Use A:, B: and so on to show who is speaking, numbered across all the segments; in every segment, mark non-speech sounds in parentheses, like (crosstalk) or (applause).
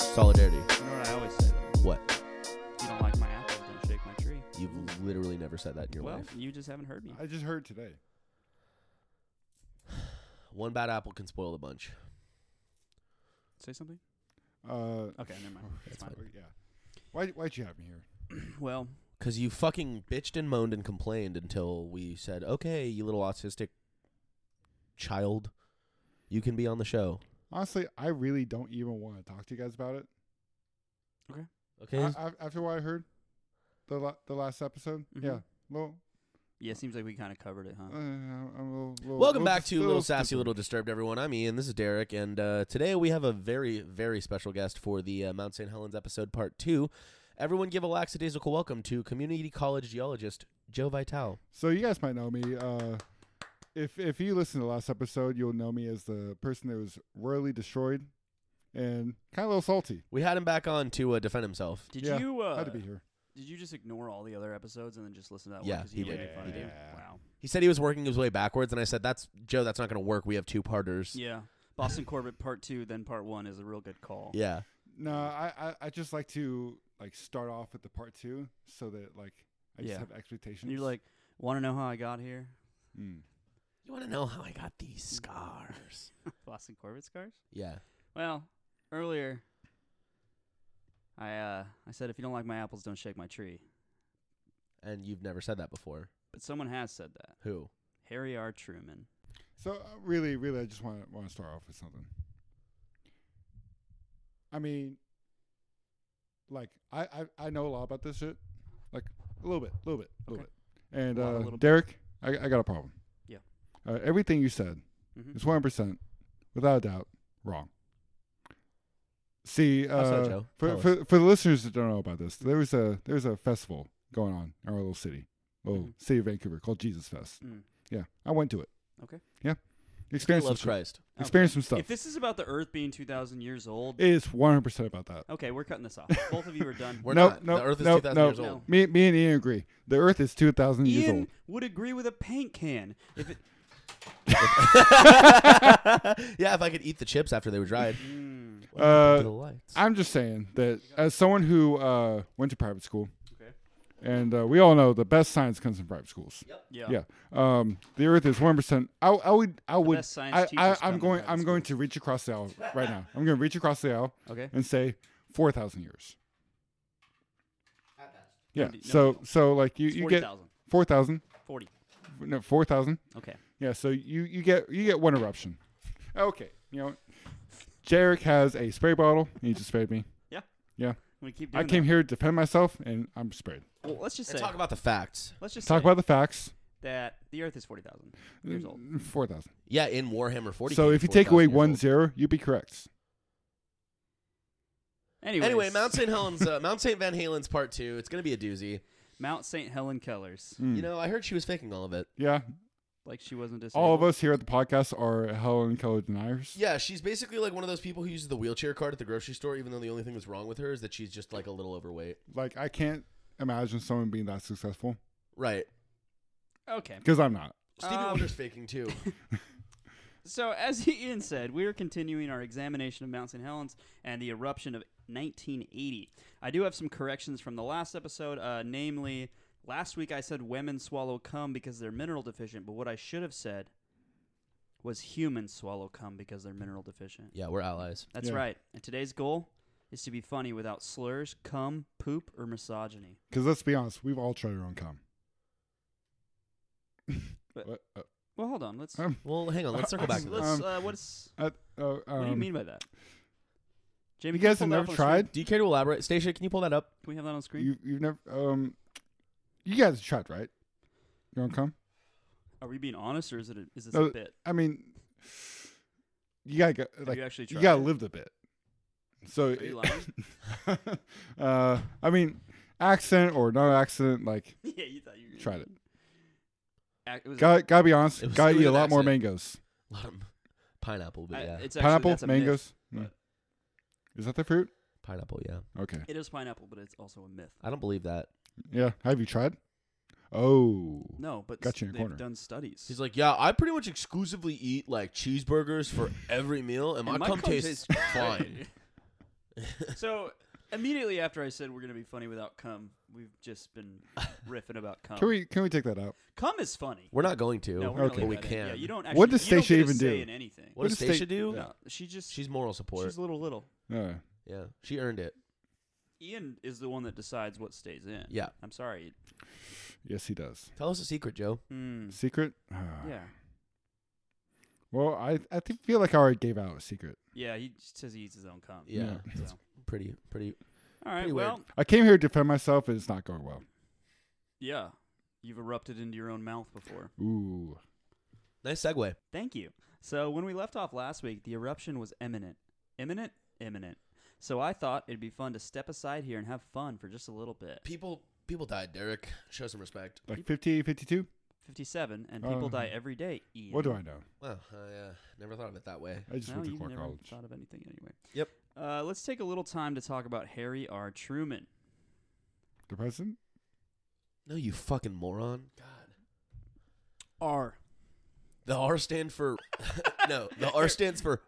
A: solidarity.
B: You know what I always say though?
A: What?
B: If you don't like my apple, don't shake my tree.
A: You've literally never said that in your
B: well,
A: life.
B: you just haven't heard me.
C: I just heard today.
A: One bad apple can spoil the bunch.
B: Say something.
C: Uh,
B: Okay, never mind. It's fine.
C: yeah. Why why'd you have me here?
B: (clears throat) Well,
A: Because you fucking bitched and moaned and complained until we said, okay, you little autistic child, you can be on the show.
C: Honestly, I really don't even want to talk to you guys about it.
A: Okay?
C: I, I, after what I heard, the la- the last episode.
A: Mm-hmm.
B: Mhm.
C: Yeah. Well,
B: yeah, it seems like we kind of covered it,
C: uh,
B: huh?
C: I'm a little, little-
A: Welcome
C: little
A: back
C: dis-
A: to Little Sassy,
C: stupid.
A: Little Disturbed, everyone. I'm Ian. This is Derek. And uh, today we have a very, very special guest for the uh, Mount St. Helens episode part two. Everyone give a lackadaisical welcome to community college geologist Joe Vital.
C: So you guys might know me. Uh, if if you listen to the last episode, you'll know me as the person that was royally destroyed, and kind of a little salty.
A: We had him back on to uh, defend himself.
B: Did
C: yeah,
B: you uh,
C: Had to be here.
B: did you just ignore all the other episodes and then just listen to that
A: Yeah,
B: one? 'cause
A: he
B: you were
A: did.
B: making fun
A: He
B: of me?
A: did.
B: Wow.
A: He said he was working his way backwards, and I said, "That's Joe. That's not going to work. We have two parters."
B: Yeah. Boston Corbett part two, then part one is a real good call.
A: Yeah.
C: No, I, I I just like to like start off with the part two so that like I just
B: Yeah.
C: have expectations.
B: And you're like, want to know how I got here?
C: Mm.
A: You want to know how I got these scars?
B: Boston Corbett scars?
A: yeah.
B: Well, earlier, I uh, I said if you don't like my apples, don't shake my tree.
A: And you've never said that before.
B: But someone has said that.
A: Who?
B: Harry R. Truman.
C: So uh, really, really, I just want to want to start off with something. I mean, like I, I I know a lot about this shit, like a little bit, a little bit, a little
B: Okay.
C: bit. And
B: A lot, a
C: uh,
B: little bit.
C: Derek, I I got a problem.
B: Yeah.
C: Uh, everything you said
B: Mm-hmm.
C: is one percent, without a doubt, wrong. See,
A: How so,
C: uh,
A: Joe?
C: for,
A: Tell us.
C: for for the listeners that don't know about this, there was a there was a festival going on in our little city, little
B: Mhm.
C: city of Vancouver, called Jesus Fest.
B: Mm.
C: Yeah, I went to it.
B: Okay.
C: Yeah, experience some
A: Loves
C: shit.
A: Christ.
B: Okay.
C: Experience some stuff.
B: If this is about the Earth being 2,000 years old,
C: it is one hundred percent about that.
B: okay, we're cutting this off. Both of you are
C: (laughs)
B: done.
A: We're
C: Nope,
A: not.
C: nope,
A: the Earth is
C: nope,
A: two thousand
C: nope.
A: years old.
C: (laughs)
B: No.
C: Me, me and Ian agree. The Earth is two thousand years
B: Ian
C: old.
B: would agree with a paint can. If it,
A: (laughs) yeah, if I could eat the chips after they were dried.
B: mm,
A: What happened
C: Uh,
A: to the lights.
C: I'm just saying that as someone who uh, went to private school,
B: okay.
C: and uh, we all know the best science comes from private schools.
B: Yeah.
C: Yeah. Um, the Earth is one percent. I, I would. I would.
B: best science
C: I, I,
B: teachers come
C: I'm
B: from
C: going.
B: private
C: I'm going to reach across the aisle right now. I'm going to reach across the aisle
B: Okay.
C: and say four thousand years. Yeah.
B: No,
C: So so like you
B: It's
C: you get
B: 40,000.
C: four thousand.
B: 40.
C: No, four thousand.
B: Okay.
C: Yeah. So you you get you get one eruption. Okay. You know, Jarek has a spray bottle. and He just sprayed me.
B: Yeah.
C: Yeah.
B: We keep
C: I
B: doing
C: came here to defend myself, and I'm sprayed.
B: that. Well, let's just
A: And
B: say.
A: talk about the facts.
B: let's just
C: Talk
B: say
C: about the Mm. facts.
B: that the Earth is 40,000 years old.
C: Four thousand.
A: Yeah, in Warhammer 40.
C: So
A: K,
C: if you take away
A: 4,000 years
C: one
A: old.
C: zero, you'd be correct.
B: Anyways,
A: Anyway, Mount St. Helens, uh, Mount St. Van Halen's part two. It's going to be a doozy.
B: Mount St. Helen Keller's.
C: Mm.
A: You know, I heard she was faking all of it.
C: Yeah.
B: Like she wasn't disabled.
C: All of us here at the podcast are Helen Keller deniers.
A: Yeah, she's basically like one of those people who uses the wheelchair cart at the grocery store, even though the only thing that's wrong with her is that she's just like a little overweight.
C: Like I can't imagine someone being that successful
A: Right.
B: Okay.
C: because I'm not.
A: Stevie
B: Um,
A: Wonder's faking (laughs) too.
B: So, as (laughs) Ian said, we are continuing our examination of Mount St. Helens and the eruption of 1980. I do have some corrections from the last episode, uh, namely, last week I said women swallow cum because they're mineral deficient, but what I should have said was humans swallow cum because they're mineral deficient.
A: Yeah, we're allies.
B: That's
C: Yeah.
B: right. And today's goal is to be funny without slurs, cum, poop, or misogyny.
C: Because let's be honest, we've all tried our own cum.
B: But-
C: What? Uh,
B: Well, hold on. Let's.
C: Uh,
A: Well, hang on, let's circle back to this.
B: let's
C: Um,
B: uh, what's,
C: uh, uh,
B: what do you
C: um,
B: mean by that?
C: You
B: Jamie, can
C: guys
B: pull
C: have
B: that up
C: never
B: on the screen?
C: tried.
A: Do you care to elaborate, Stacia? Can you pull that up?
B: Can we have that on screen?
C: You you've never um. You guys have tried, right? Your own cum.
B: Are we being honest, or is it a, is this
C: No,
B: a bit?
C: I mean, you gotta go,
B: Have
C: like
B: you actually
C: you,
B: tried?
C: gotta
B: it?
C: live the bit. So
B: Are you
C: (laughs)
B: lying? (laughs)
C: uh, I mean, accident or no accident, like
B: yeah, you thought you were
C: Tried it.
B: Ac- it was
C: gotta gotta be honest,
A: It was-
C: gotta
A: it
C: eat
A: was
C: a
A: an
C: lot more
A: accident.
C: mangoes.
A: A lot of pineapple, but
B: I-
A: yeah,
B: it's actually,
C: Pineapple,
B: that's a myth.
C: mangoes. Mm.
B: but-
C: Is that the fruit?
A: pineapple. Yeah,
C: Okay.
B: It is pineapple, but it's also a myth.
A: I don't believe that.
C: Yeah. Have you tried? Oh.
B: No, but
C: Got you in
B: they've
C: a corner.
B: done studies.
A: He's like, yeah, I pretty much exclusively eat like cheeseburgers for every meal, and my,
B: And my
A: cum
B: cum
A: (laughs) tastes
B: tastes
A: fine.
B: (laughs) So immediately after I said we're gonna be funny without cum, we've just
A: (laughs)
B: been riffing about cum.
C: Can we can we take that out?
B: cum is funny.
A: We're not going to,
B: No, we're
A: but
B: gonna
A: we
B: leave that in.
A: can.
B: Yeah, you don't actually.
C: What does
B: you don't
C: Stacia
B: get a
C: even
B: say
C: do?
B: In anything.
A: What does
C: What does
A: Stacia do?
B: No, she just
A: She's moral support.
B: she's little little.
C: Uh,
A: yeah, she earned it.
B: Ian is the one that decides what stays in.
A: Yeah.
B: I'm sorry.
C: yes, he does.
A: Tell us a secret, Joe.
B: Mm.
C: Secret? Uh,
B: Yeah.
C: Well, I I think, feel like I already gave out a secret.
B: Yeah. He says he eats his own cum.
A: Yeah,
C: Yeah.
B: So.
A: pretty, pretty.
B: All right.
A: Pretty weird.
B: Well,
C: I came here to defend myself, and it's not going well.
B: yeah. You've erupted into your own mouth before.
C: Ooh.
A: Nice segue.
B: Thank you. So when we left off last week, the eruption was imminent. Imminent? Imminent. So I thought it'd be fun to step aside here and have fun for just a little bit.
A: People, people died. Derek, show some respect.
C: Like 50, 52?
B: 57, and people
C: Uh,
B: die every day, Ian.
C: What do I know?
A: Wow, I uh, never thought of it that way.
C: I just
B: No,
C: went to
B: you
C: Clark
B: never
C: College.
B: thought of anything anyway.
A: Yep.
B: Uh, let's take a little time to talk about Harry R. Truman.
C: The president?
A: No, you fucking moron. God.
B: R.
A: The R stand for (laughs) no. The R stands for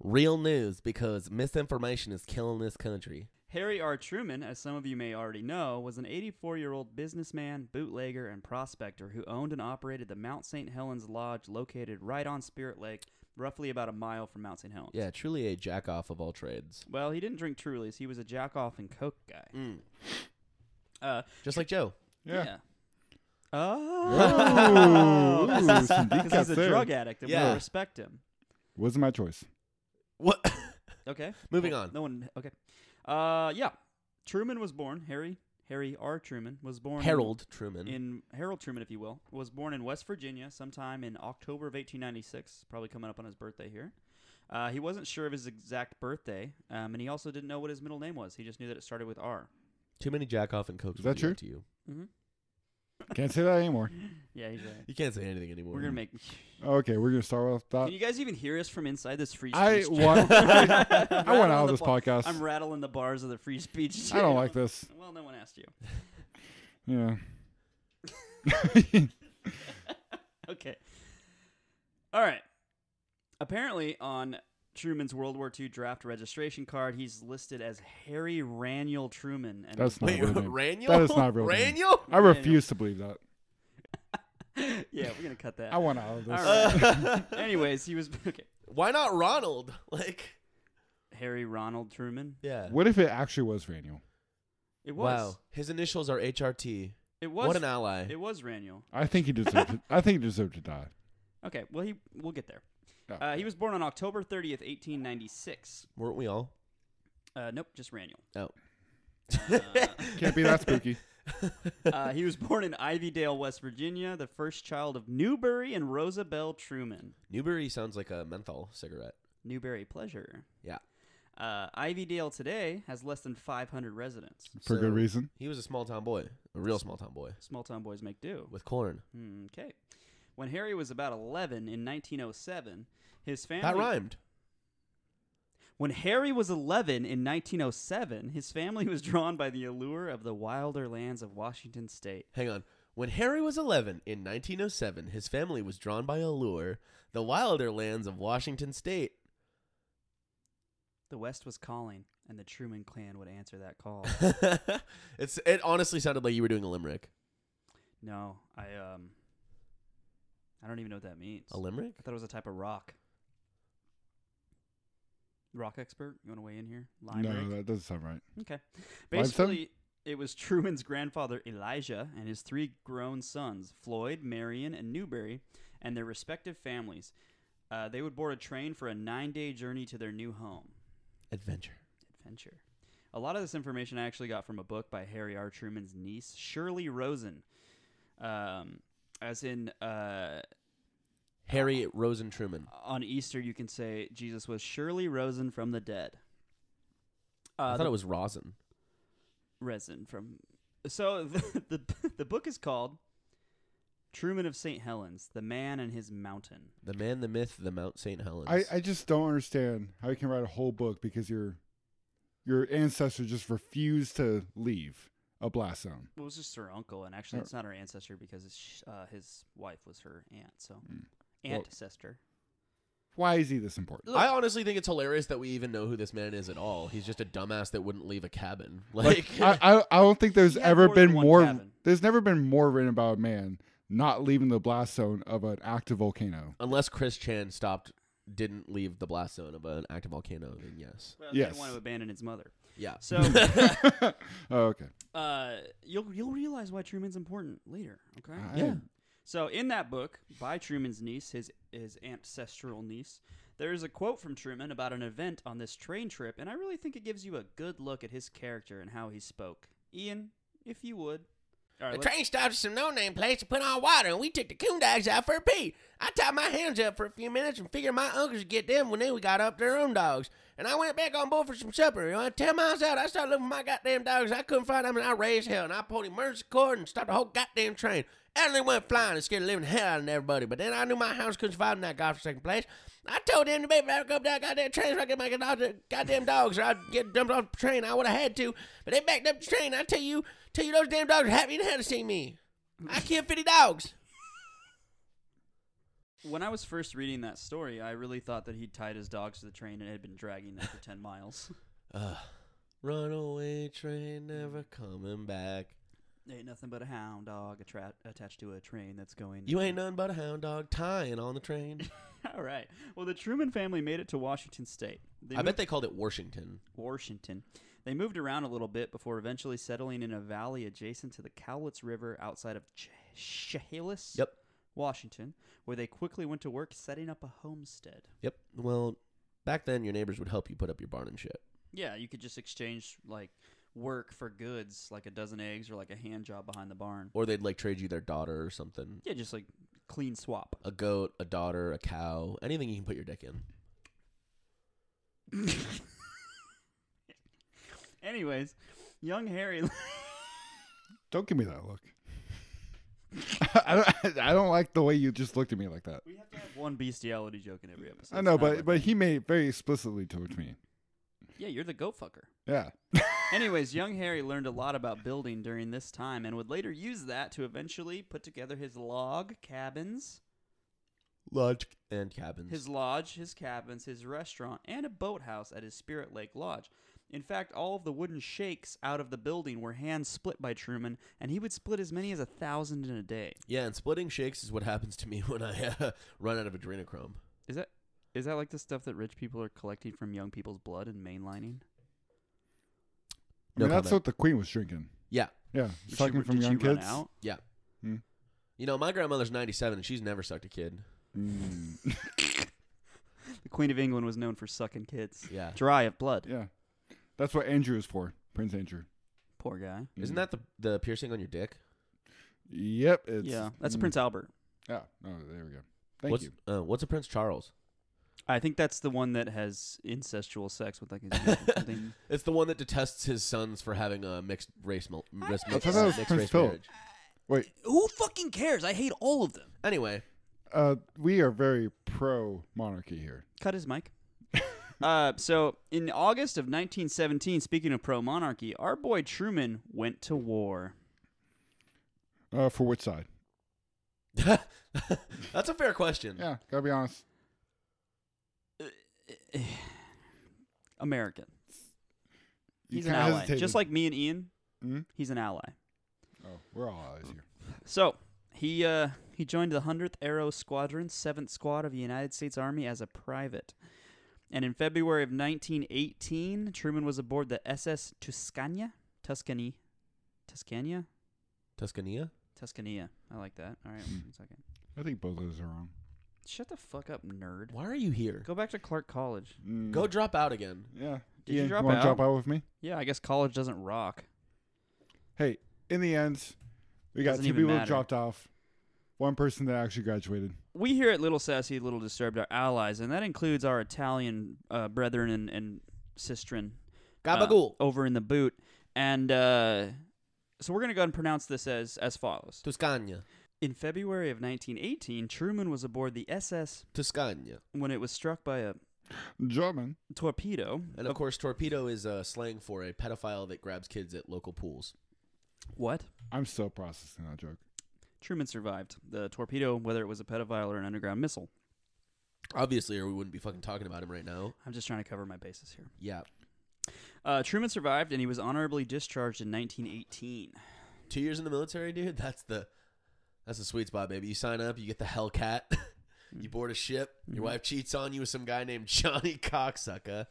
A: real news because misinformation is killing this country.
B: Harry R. Truman, as some of you may already know, was an 84 year old businessman, bootlegger, and prospector who owned and operated the Mount St. Helens Lodge located right on Spirit Lake, roughly about a mile from Mount St. Helens.
A: Yeah, truly a jack off of all trades.
B: Well, he didn't drink Trulies. He was a jack off and Coke guy.
A: Mm.
B: Uh,
A: Just like Joe.
C: Yeah.
A: (laughs)
B: Oh.
C: Ooh,
B: Because
C: some
B: (laughs)
C: deep cuts
B: he's a
C: there.
B: drug addict and we
A: Yeah.
B: respect him.
C: Wasn't my choice.
A: What?
B: Okay.
A: (coughs) Moving
B: Well,
A: on.
B: No one. Okay. Uh, yeah. Truman was born. Harry. Harry R. Truman was born. in-
A: Harold Truman.
B: in Harold Truman, if you will, was born in West Virginia sometime in October of 1896, probably coming up on his birthday here. Uh, he wasn't sure of his exact birthday, um, and he also didn't know what his middle name was. He just knew that it started with R.
A: Too many jack off and cokes.
C: Is that
A: would be
C: true?
A: up To you.
C: Can't say that anymore.
B: Yeah, he's right.
A: You can't say anything anymore.
B: We're gonna make.
C: Okay, we're gonna start off
B: Can
C: that.
B: you guys even hear us from inside this free speech?
C: Uh,
B: (laughs)
C: I
B: channel? I'm
C: want. (laughs) I want
B: rattling
C: out of
B: the
C: this
B: bar-
C: podcast.
B: I'm rattling the bars of the free speech.
C: I don't like
B: channel.
C: this.
B: Well, no one asked you. (laughs)
C: Yeah. (laughs)
B: (laughs) Okay. All right. Apparently, on Truman's World War II draft registration card, he's listed as Harry Raniel Truman. And
C: That's not
A: Wait,
C: a real
A: (laughs)
C: name.
A: Raniel?
C: That is not a real name.
A: Raniel?
C: I refuse to believe that.
B: yeah, we're gonna cut that.
C: I want out of this.
B: All right. (laughs) Anyways, he was okay.
A: Why not Ronald? (laughs) Like,
B: Harry Ronald Truman.
A: yeah.
C: What if it actually was Raniel?
B: It was.
A: Wow. His initials are HRT.
B: It was.
A: What an ally.
B: it was Raniel.
C: I think he deserved. it. I think he deserved to die.
B: Okay. Well, he. We'll get there.
C: Yeah.
B: Uh, he was born on October 30th, 1896.
A: Weren't we all?
B: Uh, nope, just Raniel.
A: Oh.
C: Can't be
B: (laughs)
C: that spooky.
B: Uh, he was born in Ivydale, West Virginia, the first child of Newberry and Rosa Bell Truman.
A: Newberry sounds like a menthol cigarette.
B: Newberry Pleasure.
A: Yeah.
B: Uh, Ivydale today has less than 500 residents.
C: For
A: So,
C: good reason.
A: He was a small town boy, a real small town boy
B: Small town boys make do. Hmm,
A: with corn.
B: Okay. When Harry was about 11 in 1907, his family.
A: That rhymed.
B: When Harry was 11 in 1907, his family was drawn by the allure of the wilder lands of Washington State.
A: Hang on. When Harry was 11 in 1907, his family was drawn by a lure, the wilder lands of Washington State. (laughs)
B: The West was calling, and the Truman clan would answer that
A: (laughs)
B: call.
A: it's it honestly sounded like you were doing a limerick.
B: no, I um, I don't even know what that means.
A: A limerick?
B: I thought it was a type of rock. Rock expert, you want to weigh in here? Lime
C: no,
B: rig?
C: that doesn't sound right.
B: Okay.
C: Limestone?
B: Basically, it was Truman's grandfather Elijah and his three grown sons, Floyd, Marion, and Newberry, and their respective families. Uh, they would board a train for a nine-day journey to their new home.
A: Adventure.
B: Adventure. A lot of this information I actually got from a book by Harry R. Truman's niece, Shirley Rosen. Um, as in, uh,
A: Harry Rosen Truman.
B: on Easter, you can say Jesus was surely risen from the dead. Uh,
A: I thought
B: the-
A: it was Rosin.
B: resin from. So (laughs) the, the the book is called Truman of St. Helens: The Man and His Mountain.
A: The man, the myth, the Mount St. Helens.
C: I, I just don't understand how you can write a whole book because your your ancestors just refused to leave a blast zone.
B: Well, it was just her uncle, and actually,
C: Oh.
B: it's not her
A: Hmm.
B: ancestor because his, sh- uh, his wife was her aunt. So
C: Mm. Well-
B: ancestor.
C: Why is he this important?
A: I honestly think it's hilarious that we even know who this man is at all. He's just a dumbass that wouldn't leave a cabin. (laughs) Like,
B: (laughs)
C: I, I, I don't think there's
B: He had
C: ever
B: more
C: been
B: than one
C: more.
B: cabin.
C: There's never been more written about a man not leaving the blast zone of an active volcano. (laughs)
A: unless Chris Chan stopped, didn't leave the blast zone of an active volcano, then yes.
B: Well,
C: Yes.
B: didn't want to abandon his mother.
A: Yeah.
B: So
A: (laughs)
C: oh, okay.
B: uh, you'll you'll realize why Truman's important later. Okay.
C: I-
A: Yeah.
B: So in that book by Truman's niece, his his ancestral niece, there is a quote from Truman about an event on this train trip, and I really think it gives you a good look at his character and how he spoke. Ian, if you would. All right, let's-
A: stopped at some no-name place to put on water, and we took the coon dogs out for a pee. I tied my hands up for a few minutes and figured my uncles would get them when they got up their own dogs. And I went back on board for some supper. You know, ten miles out, I started looking for my goddamn dogs. I couldn't find them, and I raised hell, and I pulled the emergency cord and stopped the whole goddamn train. And they went flying and scared the living hell out of everybody. But then I knew my house couldn't survive in that godforsaken place. I told them to make me back up that goddamn train so I could make a dog, goddamn dogs or I'd get dumped off the train. I would have had to. But they backed up the train. I tell you, tell you those damn dogs are happy to have to see me. I killed 50 dogs.
B: when I was first reading that story, I really thought that he'd tied his dogs to the train and had been dragging them for ten
A: (laughs)
B: miles.
A: Uh, runaway train never coming back.
B: Ain't nothing but a hound dog attra- attached to a train that's going. (laughs)
A: You ain't nothing but a hound dog tying on the (laughs) train.
B: All right. Well, the Truman family made it to Washington State. They
A: I
B: moved-
A: bet they called it Washington.
B: Washington. They moved around a little bit before eventually settling in a valley adjacent to the Cowlitz River outside of Ch- Chehalis,
A: Yep.
B: Washington, where they quickly went to work setting up a homestead.
A: Yep. Well, back then your neighbors would help you put up your barn and shit.
B: Yeah, you could just exchange like work for goods, like a dozen eggs or like a hand job behind the barn.
A: Or they'd like trade you their daughter or something.
B: Yeah, just like clean swap. (laughs)
A: A goat, a daughter, a cow, anything you can put your dick in.
B: Anyways, young Harry (laughs)
C: Don't give me that look. (laughs) I don't. I don't like the way you just looked at me like that.
B: We have to have one bestiality joke in every episode.
C: I
B: It's
C: know,
B: not
C: but
B: like-
C: but he made it very explicitly towards me.
B: Yeah, you're the goat fucker.
C: Yeah.
B: Anyways, young Harry learned a lot about building during this time and would later use that to eventually put together his log cabins,
A: Lodge and cabins.
B: his lodge, his cabins, his restaurant, and a boathouse at his Spirit Lake Lodge. In fact, all of the wooden shakes out of the building were hand split by Truman, and he would split as many as a thousand in a day.
A: yeah, and splitting shakes is what happens to me (laughs) when I uh, run out of adrenochrome.
B: Is that is that like the stuff that rich people are collecting from young people's blood and mainlining?
C: I
A: No
C: mean, that's
A: comment.
C: what the queen was drinking.
A: Yeah,
C: Yeah,
B: Did she-
C: sucking from
B: did she
C: young
B: run
C: kids.
B: out?
A: yeah.
C: Hmm.
A: You know, my grandmother's 97 and she's never sucked a kid.
C: Mm,
B: The Queen of England was known for sucking kids.
A: Yeah.
B: Dry of blood.
C: yeah, that's what Andrew is for, Prince Andrew.
B: Poor guy.
A: Isn't that the the piercing on your dick?
C: Yep. It's,
B: yeah, that's
C: mm,
B: Prince Albert.
C: Yeah. Oh, there we go. Thank
A: what's,
C: you.
A: Uh, what's a Prince Charles?
B: I think that's the one that has incestual sex with like his (laughs) niece or something.
A: It's the one that detests his sons for having a mixed race mul- race,
C: I
A: mixed,
C: thought that was
A: mixed
C: Prince
A: race
C: Philip.
A: marriage.
C: Wait.
B: Who fucking cares? I hate all of them.
A: Anyway,
C: Uh, we are very pro monarchy here.
B: Cut his mic. (laughs) uh, so in August of 1917, speaking of pro monarchy, our boy Truman went to war.
C: Uh, for which side?
A: that's a fair question.
C: Yeah, gotta be honest.
B: American.
C: You
B: He's an
C: kinda
B: ally,
C: hesitated.
B: just like me and Ian.
C: Mhm.
B: He's an ally.
C: Oh, we're all allies here.
B: So he uh, he joined the 100th Aero Squadron, 7th Squad of the United States Army as a private. And in February of 1918, Truman was aboard the SS Tuscania, Tuscany, Tuscania,
A: Tuscania?
B: Tuscania. I like that. All right,
C: Hmm.
B: one second.
C: I think both of those are wrong.
B: Shut the fuck up, nerd.
A: Why are you here?
B: Go back to Clark College.
C: Mm,
A: Go drop out again.
C: Yeah.
B: Did you
C: Ian,
B: drop
C: wanna
B: out?
C: drop out with me?
B: Yeah, I guess college doesn't rock.
C: Hey, in the end, we got
B: Doesn't
C: two
B: even
C: people that
B: matter.
C: dropped off. One person that actually graduated.
B: we here at Little Sassy, Little Disturbed are allies, and that includes our Italian uh, brethren and, and sistren
C: Ah.
B: uh,
A: Gabagool.
B: over in the boot. And uh, so we're going to go ahead and pronounce this as, as follows.
A: Tuscania.
B: In February of 1918, Truman was aboard the SS
A: Tuscania.
B: when it was struck by a
C: German.
B: torpedo.
A: And of course, torpedo is uh, slang for a pedophile that grabs kids at local pools.
B: What?
C: I'm still processing that joke.
B: Truman survived the torpedo, whether it was a pedophile or an underground missile.
A: Obviously, or we wouldn't be fucking talking about him right now.
B: I'm just trying to cover my bases here.
A: Yeah.
B: Uh, Truman survived, and he was honorably discharged in 1918.
A: Two years in the military, dude. (laughs) That's the that's the sweet spot, baby. You sign up, you get the Hellcat, (laughs) you board a ship.
C: Mm-hmm.
A: Your wife cheats on you with some guy named (laughs) Johnny Cocksucker,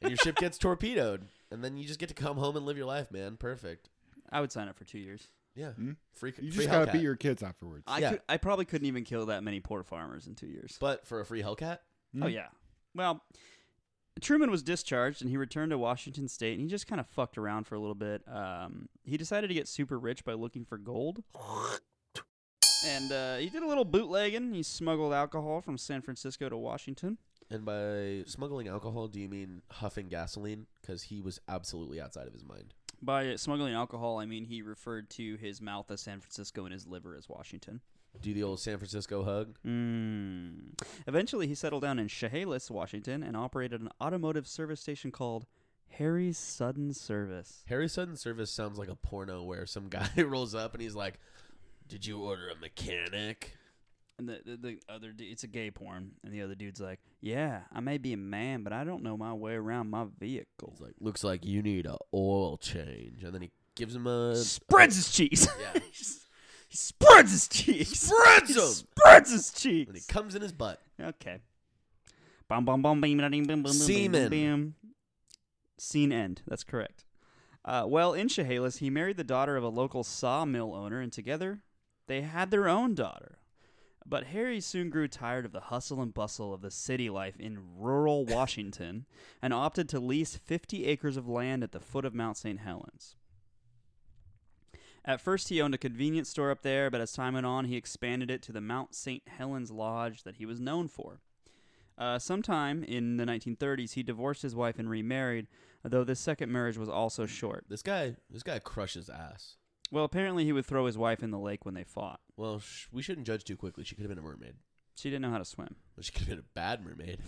A: and your ship
C: (laughs)
A: gets torpedoed, and then you just get to come home and live your life, man. Perfect.
B: (laughs) I would sign up for two years.
A: Yeah.
C: Mm.
A: Free. free
C: You just gotta
A: Hellcat.
C: beat your kids afterwards.
B: I
A: Yeah.
B: could, I probably couldn't even kill that many poor farmers in two years.
A: But for a free Hellcat,
B: Oh
C: Mm.
B: yeah. Well, Truman was discharged and he returned to Washington State and he just kind of fucked around for a little bit. Um, he decided to get super rich by looking for gold. And uh, he did a little bootlegging. He smuggled alcohol from San Francisco to Washington.
A: and by smuggling alcohol, do you mean huffing gasoline? Because he was absolutely outside of his mind.
B: By smuggling alcohol, I mean he referred to his mouth as San Francisco and his liver as Washington.
A: Do the old San Francisco hug.
B: Mm. Eventually, he settled down in Chehalis, Washington, and operated an automotive service station called Harry's Sudden Service.
A: Harry Sudden Service sounds like a porno where some (laughs) guy rolls up and he's like, "Did you order a mechanic?"
B: And the, the, the other du- it's a gay porn, and the other dude's like, "Yeah, I may be a man, but I don't know my way around my vehicle."
A: He's like, "Looks like you need a oil change," and then he gives him a
B: Spreads his cheeks.
A: uh, Yeah.
B: (laughs) he spreads his cheeks.
A: Spreads
B: He
A: 'em!
B: Spreads his cheeks.
A: and it comes in his butt.
B: okay. Bum bum bum bim da, ding, bim bim bim bim
A: Semen.
B: bim. Scene end. That's correct. Uh, well, in Chehalis, he married the daughter of a local sawmill owner, and together they had their own daughter. But Harry soon grew tired of the hustle and bustle of the city life in rural Washington and opted to lease 50 acres of land at the foot of Mount St. Helens. At first, he owned a convenience store up there, but as time went on, he expanded it to the Mount St. Helens Lodge that he was known for. Uh, sometime in the 1930s, he divorced his wife and remarried, though this second marriage was also short.
A: This guy, this guy crushes ass.
B: Well, apparently, he would throw his wife in the lake when they fought.
A: Well, sh- we shouldn't judge too quickly. She could have been a mermaid.
B: She didn't know how to swim.
A: Well, she could have been a bad mermaid.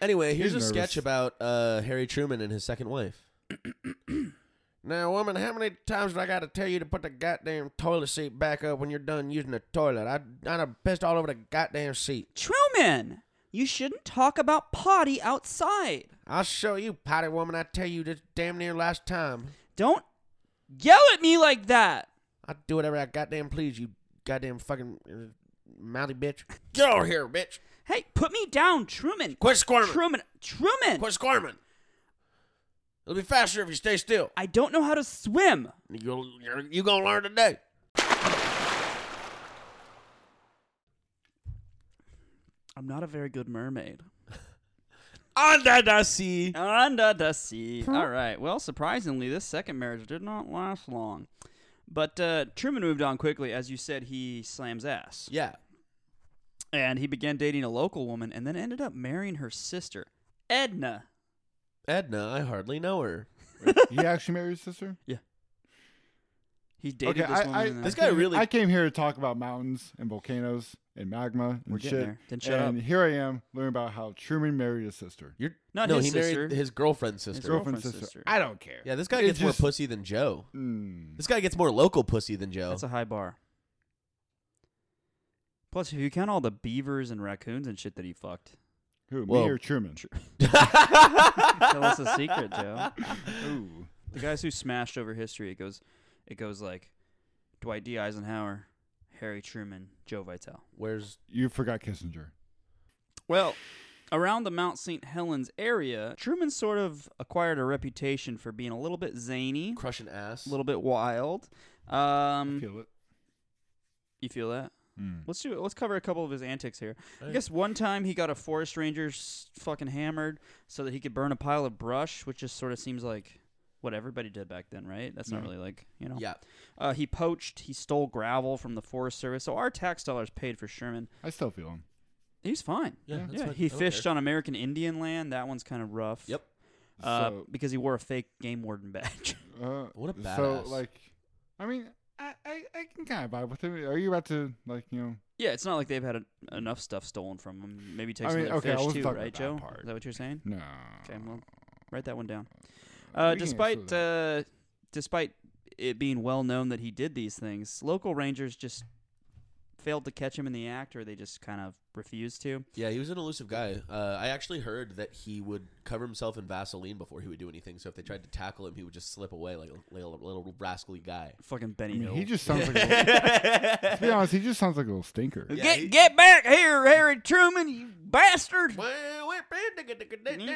A: Anyway, here's
C: He's
A: a sketch
C: nervous.
A: about uh, Harry Truman and his second wife. (clears throat) now, woman, how many times do I got to tell you to put the goddamn toilet seat back up when you're done using the toilet? I, I done pissed all over the goddamn seat.
B: Truman! You shouldn't talk about potty outside.
A: I'll show you, potty woman. I tell you this damn near last time.
B: Don't yell at me like that.
A: I do whatever I goddamn please, you goddamn fucking uh, mouthy bitch. Get over here, bitch.
B: Hey, put me down, Truman.
A: Quit squirming.
B: Truman. Truman.
A: Quit squirming. It'll be faster if you stay still.
B: I don't know how to swim.
A: You'll, you're, you gonna learn today.
B: I'm not a very good mermaid. Ah,
A: Under the sea.
B: Under the sea. All right. Well, surprisingly, this second marriage did not last long. But uh, Truman moved on quickly. As you said, he slams ass.
A: Yeah.
B: And he began dating a local woman and then ended up marrying her sister, Edna.
A: Edna, I hardly know her.
C: he actually married
B: (laughs)
C: his sister.
B: He dated
C: okay,
B: this
C: I,
B: woman.
C: I,
B: and then-
A: This guy really-
C: I came here to talk about mountains and volcanoes and magma and
B: We're
C: shit.
B: getting there. Then shut
C: and
B: up.
C: here I am learning about how Truman married his sister.
A: You're
B: Not
A: no,
B: his
A: he married
B: sister.
A: his girlfriend's sister.
B: His
C: Girlfriend's
B: girlfriend's
C: sister.
B: sister.
C: I don't care.
A: yeah, this guy
C: It
A: gets
C: just-
A: more pussy than Joe.
C: Mm.
A: This guy gets more local pussy than Joe.
B: That's a high bar. Plus, if you count all the beavers and raccoons and shit that he fucked,
C: Who,
A: Well,
C: me or Truman?
B: tell us a secret, Joe.
C: (laughs) Ooh.
B: (laughs) The guys who smashed over history, it goes, it goes like Dwight D. Eisenhower, Harry Truman, Joe Vitale.
A: Where's
C: You forgot Kissinger.
B: Well, around the Mount St. Helens area, Truman sort of acquired a reputation for being a little bit zany,
A: crushing ass?
B: a little bit wild.
C: I
B: Um,
C: feel it.
B: you feel that?
C: Mm.
B: Let's do. Let's cover a couple of his antics here. I
A: Alright.
B: guess one time he got a forest ranger s- fucking hammered so that he could burn a pile of brush, which just sort of seems like what everybody did back then, right? That's not
C: Yeah.
B: really like you know.
A: Yeah.
B: Uh, he poached. He stole gravel from the Forest Service. So our tax dollars paid for Sherman.
C: I still feel him.
B: He's fine.
A: Yeah. that's
B: yeah,
A: fine. I
B: he
A: don't
B: fished
A: care.
B: on American Indian land. That one's kind of rough.
A: Yep.
B: Uh,
C: So-
B: because he wore a fake game warden badge. (laughs)
C: Uh,
A: What a
C: So,
A: badass.
C: like, I mean, I, I, I can kind of vibe with him. Are you about to, like, you know,
B: yeah, it's not like they've had a, enough stuff stolen from him. Maybe take
C: I
B: some
C: mean,
B: of their
C: okay, I
B: fish
C: wasn't
B: too,
C: talking
B: right,
C: about
B: Joe?
C: that part.
B: Is that what you're saying?
C: no.
B: Okay, well, write that one down.
C: We
B: Uh,
C: can
B: despite uh,
C: answer
B: despite it being well known that he did these things, local rangers just failed to catch him in the act, or they just kind of refused to.
A: Yeah, he was an elusive guy. Uh, I actually heard that he would cover himself in Vaseline before he would do anything. So if they tried to tackle him, he would just slip away like a little, little rascally guy.
B: Fucking Benny
C: I mean,
B: Hill.
C: he just sounds like. A little,
B: (laughs)
C: (laughs) to be honest, he just sounds like a little stinker.
A: Yeah,
B: get
A: he-
B: get back here, Harry Truman, you bastard!
A: You'll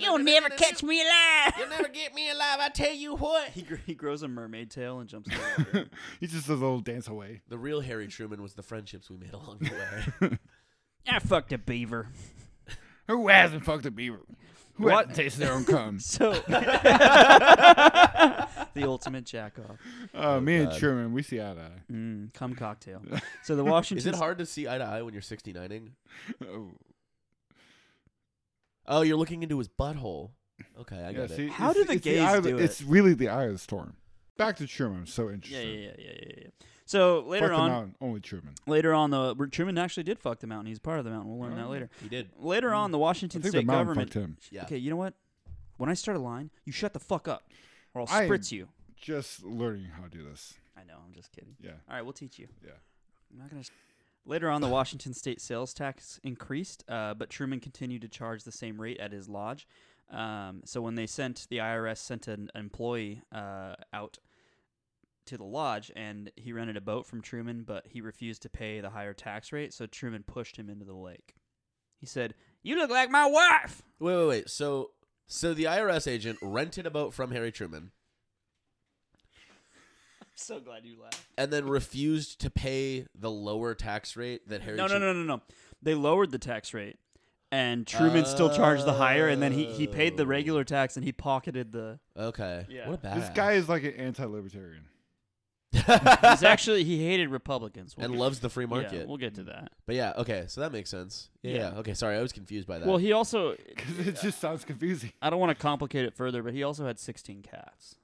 D: You'll never catch me alive.
A: You'll never get me alive. I tell you what.
B: He, gr- he grows a mermaid tail and
C: (laughs)
B: jumps. in the water.
C: he just does a little dance away.
A: The real Harry Truman was the friendships we made along the way.
C: (laughs)
B: I fucked a beaver.
C: Who hasn't fucked a beaver? Who
B: What?
C: hasn't tasted their own (laughs) cum?
B: So the ultimate jack off.
C: Uh, me and
A: God.
C: Sherman, we see eye to eye.
B: Mm, cum cocktail. So
C: (laughs)
B: the Washington.
A: Is it hard to see eye to eye when you're 69ing?
C: Oh,
A: Oh, you're looking into his butthole. Okay, I
C: yeah,
A: got
C: see,
A: it.
B: How
C: it's-
B: do the
C: it's
B: gays
C: eye of-
B: do it?
C: It's really the eye of the storm. Back to Sherman. I'm so
B: Yeah,
C: interested.
B: yeah, yeah, yeah, yeah, yeah. So later
C: Fuck the
B: on,
C: mountain, only Truman.
B: later on, the Truman actually did fuck the mountain. He's part of the mountain. We'll learn that
C: Oh.
B: later.
A: He did.
B: Later on, the
C: I
B: Washington
C: think the
B: state
C: mountain
B: government.
C: fucked him.
A: Yeah.
B: Okay, you know what? When I start a line, you shut the fuck up, or I'll
C: I-
B: spritz you.
C: Just learning how to do this.
B: I know. I'm just kidding.
C: Yeah,
B: All right, we'll teach you.
C: yeah.
B: I'm not gonna. s- Later on, the Washington state sales tax increased, uh, but Truman continued to charge the same rate at his lodge. Um, so when they sent the IRS sent an employee uh, out to the lodge, and he rented a boat from Truman, but he refused to pay the higher tax rate, so Truman pushed him into the lake. He said, "You look like my wife." (laughs)
A: Wait, wait, wait. So, so the IRS agent rented a boat from Harry Truman
B: I'm so glad you laughed.
A: and then refused to pay the lower tax rate that Harry.
B: No, no, no, no, no. They lowered the tax rate, and Truman still charged the higher, and then he, he paid the
A: Oh.
B: regular tax, and he pocketed the.
A: no. Okay.
B: Yeah.
A: What a badass.
C: This guy is like an anti-libertarian.
B: (laughs)
C: (laughs)
A: (laughs)
B: He's actually he hated Republicans We'll
A: and
B: get-
A: loves the free
B: yeah,
A: market.
B: we'll get to that.
A: But yeah, okay, so that makes sense. Yeah.
B: Yeah.
A: yeah, Okay, sorry, I was confused by that.
B: Well, he also
C: (laughs) 'Cause it just sounds confusing.
B: I don't want to complicate it further, but he also had 16 cats.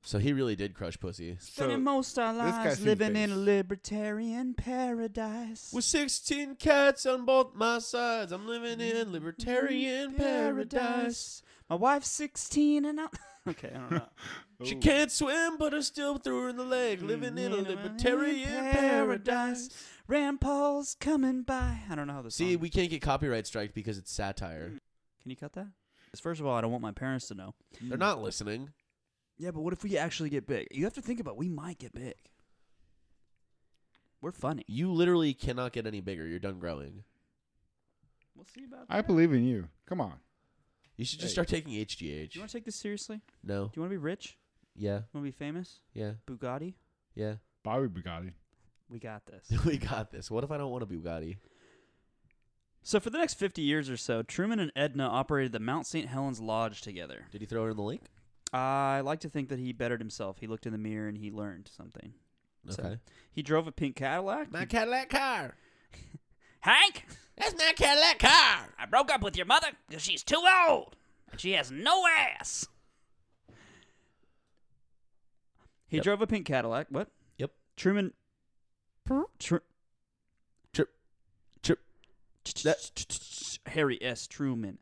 A: so he really did crush pussy.
C: So
B: most our
C: this guy lives seems living in a based.
B: libertarian paradise.
A: With 16 cats on both my sides, I'm living
B: Mm-hmm.
A: in libertarian paradise.
B: My wife's 16 and I (laughs) Okay, I don't know.
A: She
C: Ooh.
A: can't swim, but I still threw her in the
B: Mm-hmm.
A: lake, living in a libertarian paradise.
B: Rand Paul's coming by. I don't know how this
A: See,
B: song-
A: we can't get copyright striked because it's satire.
B: Can you cut that? 'Cause First of all, I don't want my parents to know.
A: They're not listening.
B: Yeah, but what if we actually get big? You have to think about we might get big. We're funny.
A: You literally cannot get any bigger. You're done growing.
B: We'll see about
C: I believe in you. Come on.
A: You should just
C: Hey.
A: start taking
B: Do you
A: HGH.
B: want to take this seriously? Do
A: No.
B: you want to be rich?
A: Yeah.
B: Want to be famous?
A: Yeah.
B: Bugatti?
A: Yeah. (laughs)
C: Bobby Bugatti.
B: We got this. (laughs)
A: we got this. What if I don't want a Bugatti?
B: so for the next 50 years or so, Truman and Edna operated the Mount St. Helens Lodge together.
A: Did he throw her in the lake?
B: I like to think that he bettered himself. He looked in the mirror and he learned something. So-
A: Okay.
B: He drove a pink Cadillac.
A: My Cadillac car.
D: Hank,
A: That's my Cadillac car.
D: I broke up with your mother because she's too old and she has no ass.
B: He
A: Yep.
B: drove a pink Cadillac. What?
A: Yep.
B: Truman. Tru-
A: Trip. Trip.
B: Harry S. Truman.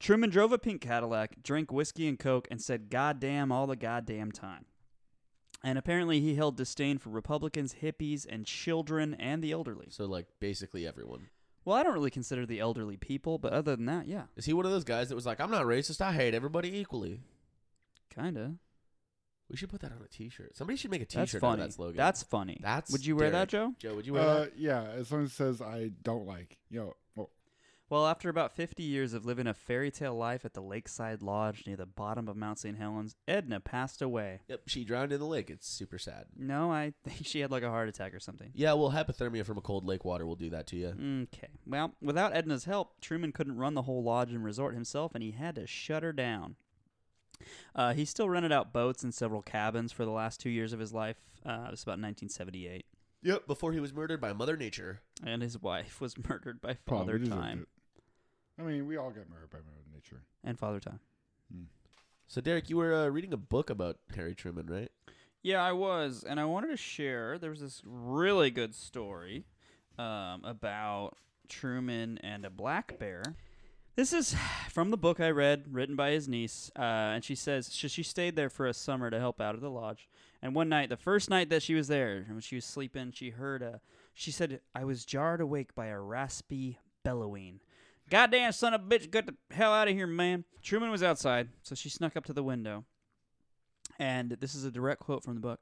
B: Truman drove a pink Cadillac, drank whiskey and coke, and said goddamn all the goddamn time. And apparently he held disdain for Republicans, hippies, and children and the elderly.
A: So like basically everyone.
B: Well, I don't really consider the elderly people, but other than that, yeah,
A: Is he one of those guys that was like, I'm not racist. I hate everybody equally.
B: kinda.
A: We should put that on a T-shirt. Somebody should make a
B: That's
A: T-shirt out of
B: funny.
A: that slogan.
B: That's funny.
A: That's
B: Would you wear that,
A: Derek.
B: Joe?
A: Joe, would you wear
C: Uh,
A: that?
C: yeah, as long as it says I don't like. You know, well,
B: Well, after about 50 years of living a fairy tale life at the lakeside lodge near the bottom of Mount St. Helens, Edna passed away.
A: Yep, she drowned in the lake. It's super sad.
B: No, I (laughs) think she had like a heart attack or something.
A: Yeah, well, hypothermia from a cold lake water will do that to you.
B: Okay. Well, without Edna's help, Truman couldn't run the whole lodge and resort himself, and he had to shut her down. Uh, he still rented out boats and several cabins for the last two years of his life. Uh, it was about 1978.
A: Yep, before he was murdered by Mother Nature.
B: And his (laughs) wife was murdered by
C: probably
B: Father
C: deserved
B: Time.
C: it. I mean, we all got murdered by Mother Nature.
B: And Father Time.
A: So, Derek, you were uh, reading a book about Harry Truman, right?
B: Yeah, I was, and I wanted to share. There was this really good story um, about Truman and a black bear. This is (sighs) from the book I read, written by his niece, uh, and she says she, she stayed there for a summer to help out at the lodge. And one night, the first night that she was there, and when she was sleeping, she heard a She said, I was jarred awake by a raspy bellowing. Goddamn son of a bitch, get the hell out of here, man. Truman was outside, so she snuck up to the window. And this is a direct quote from the book.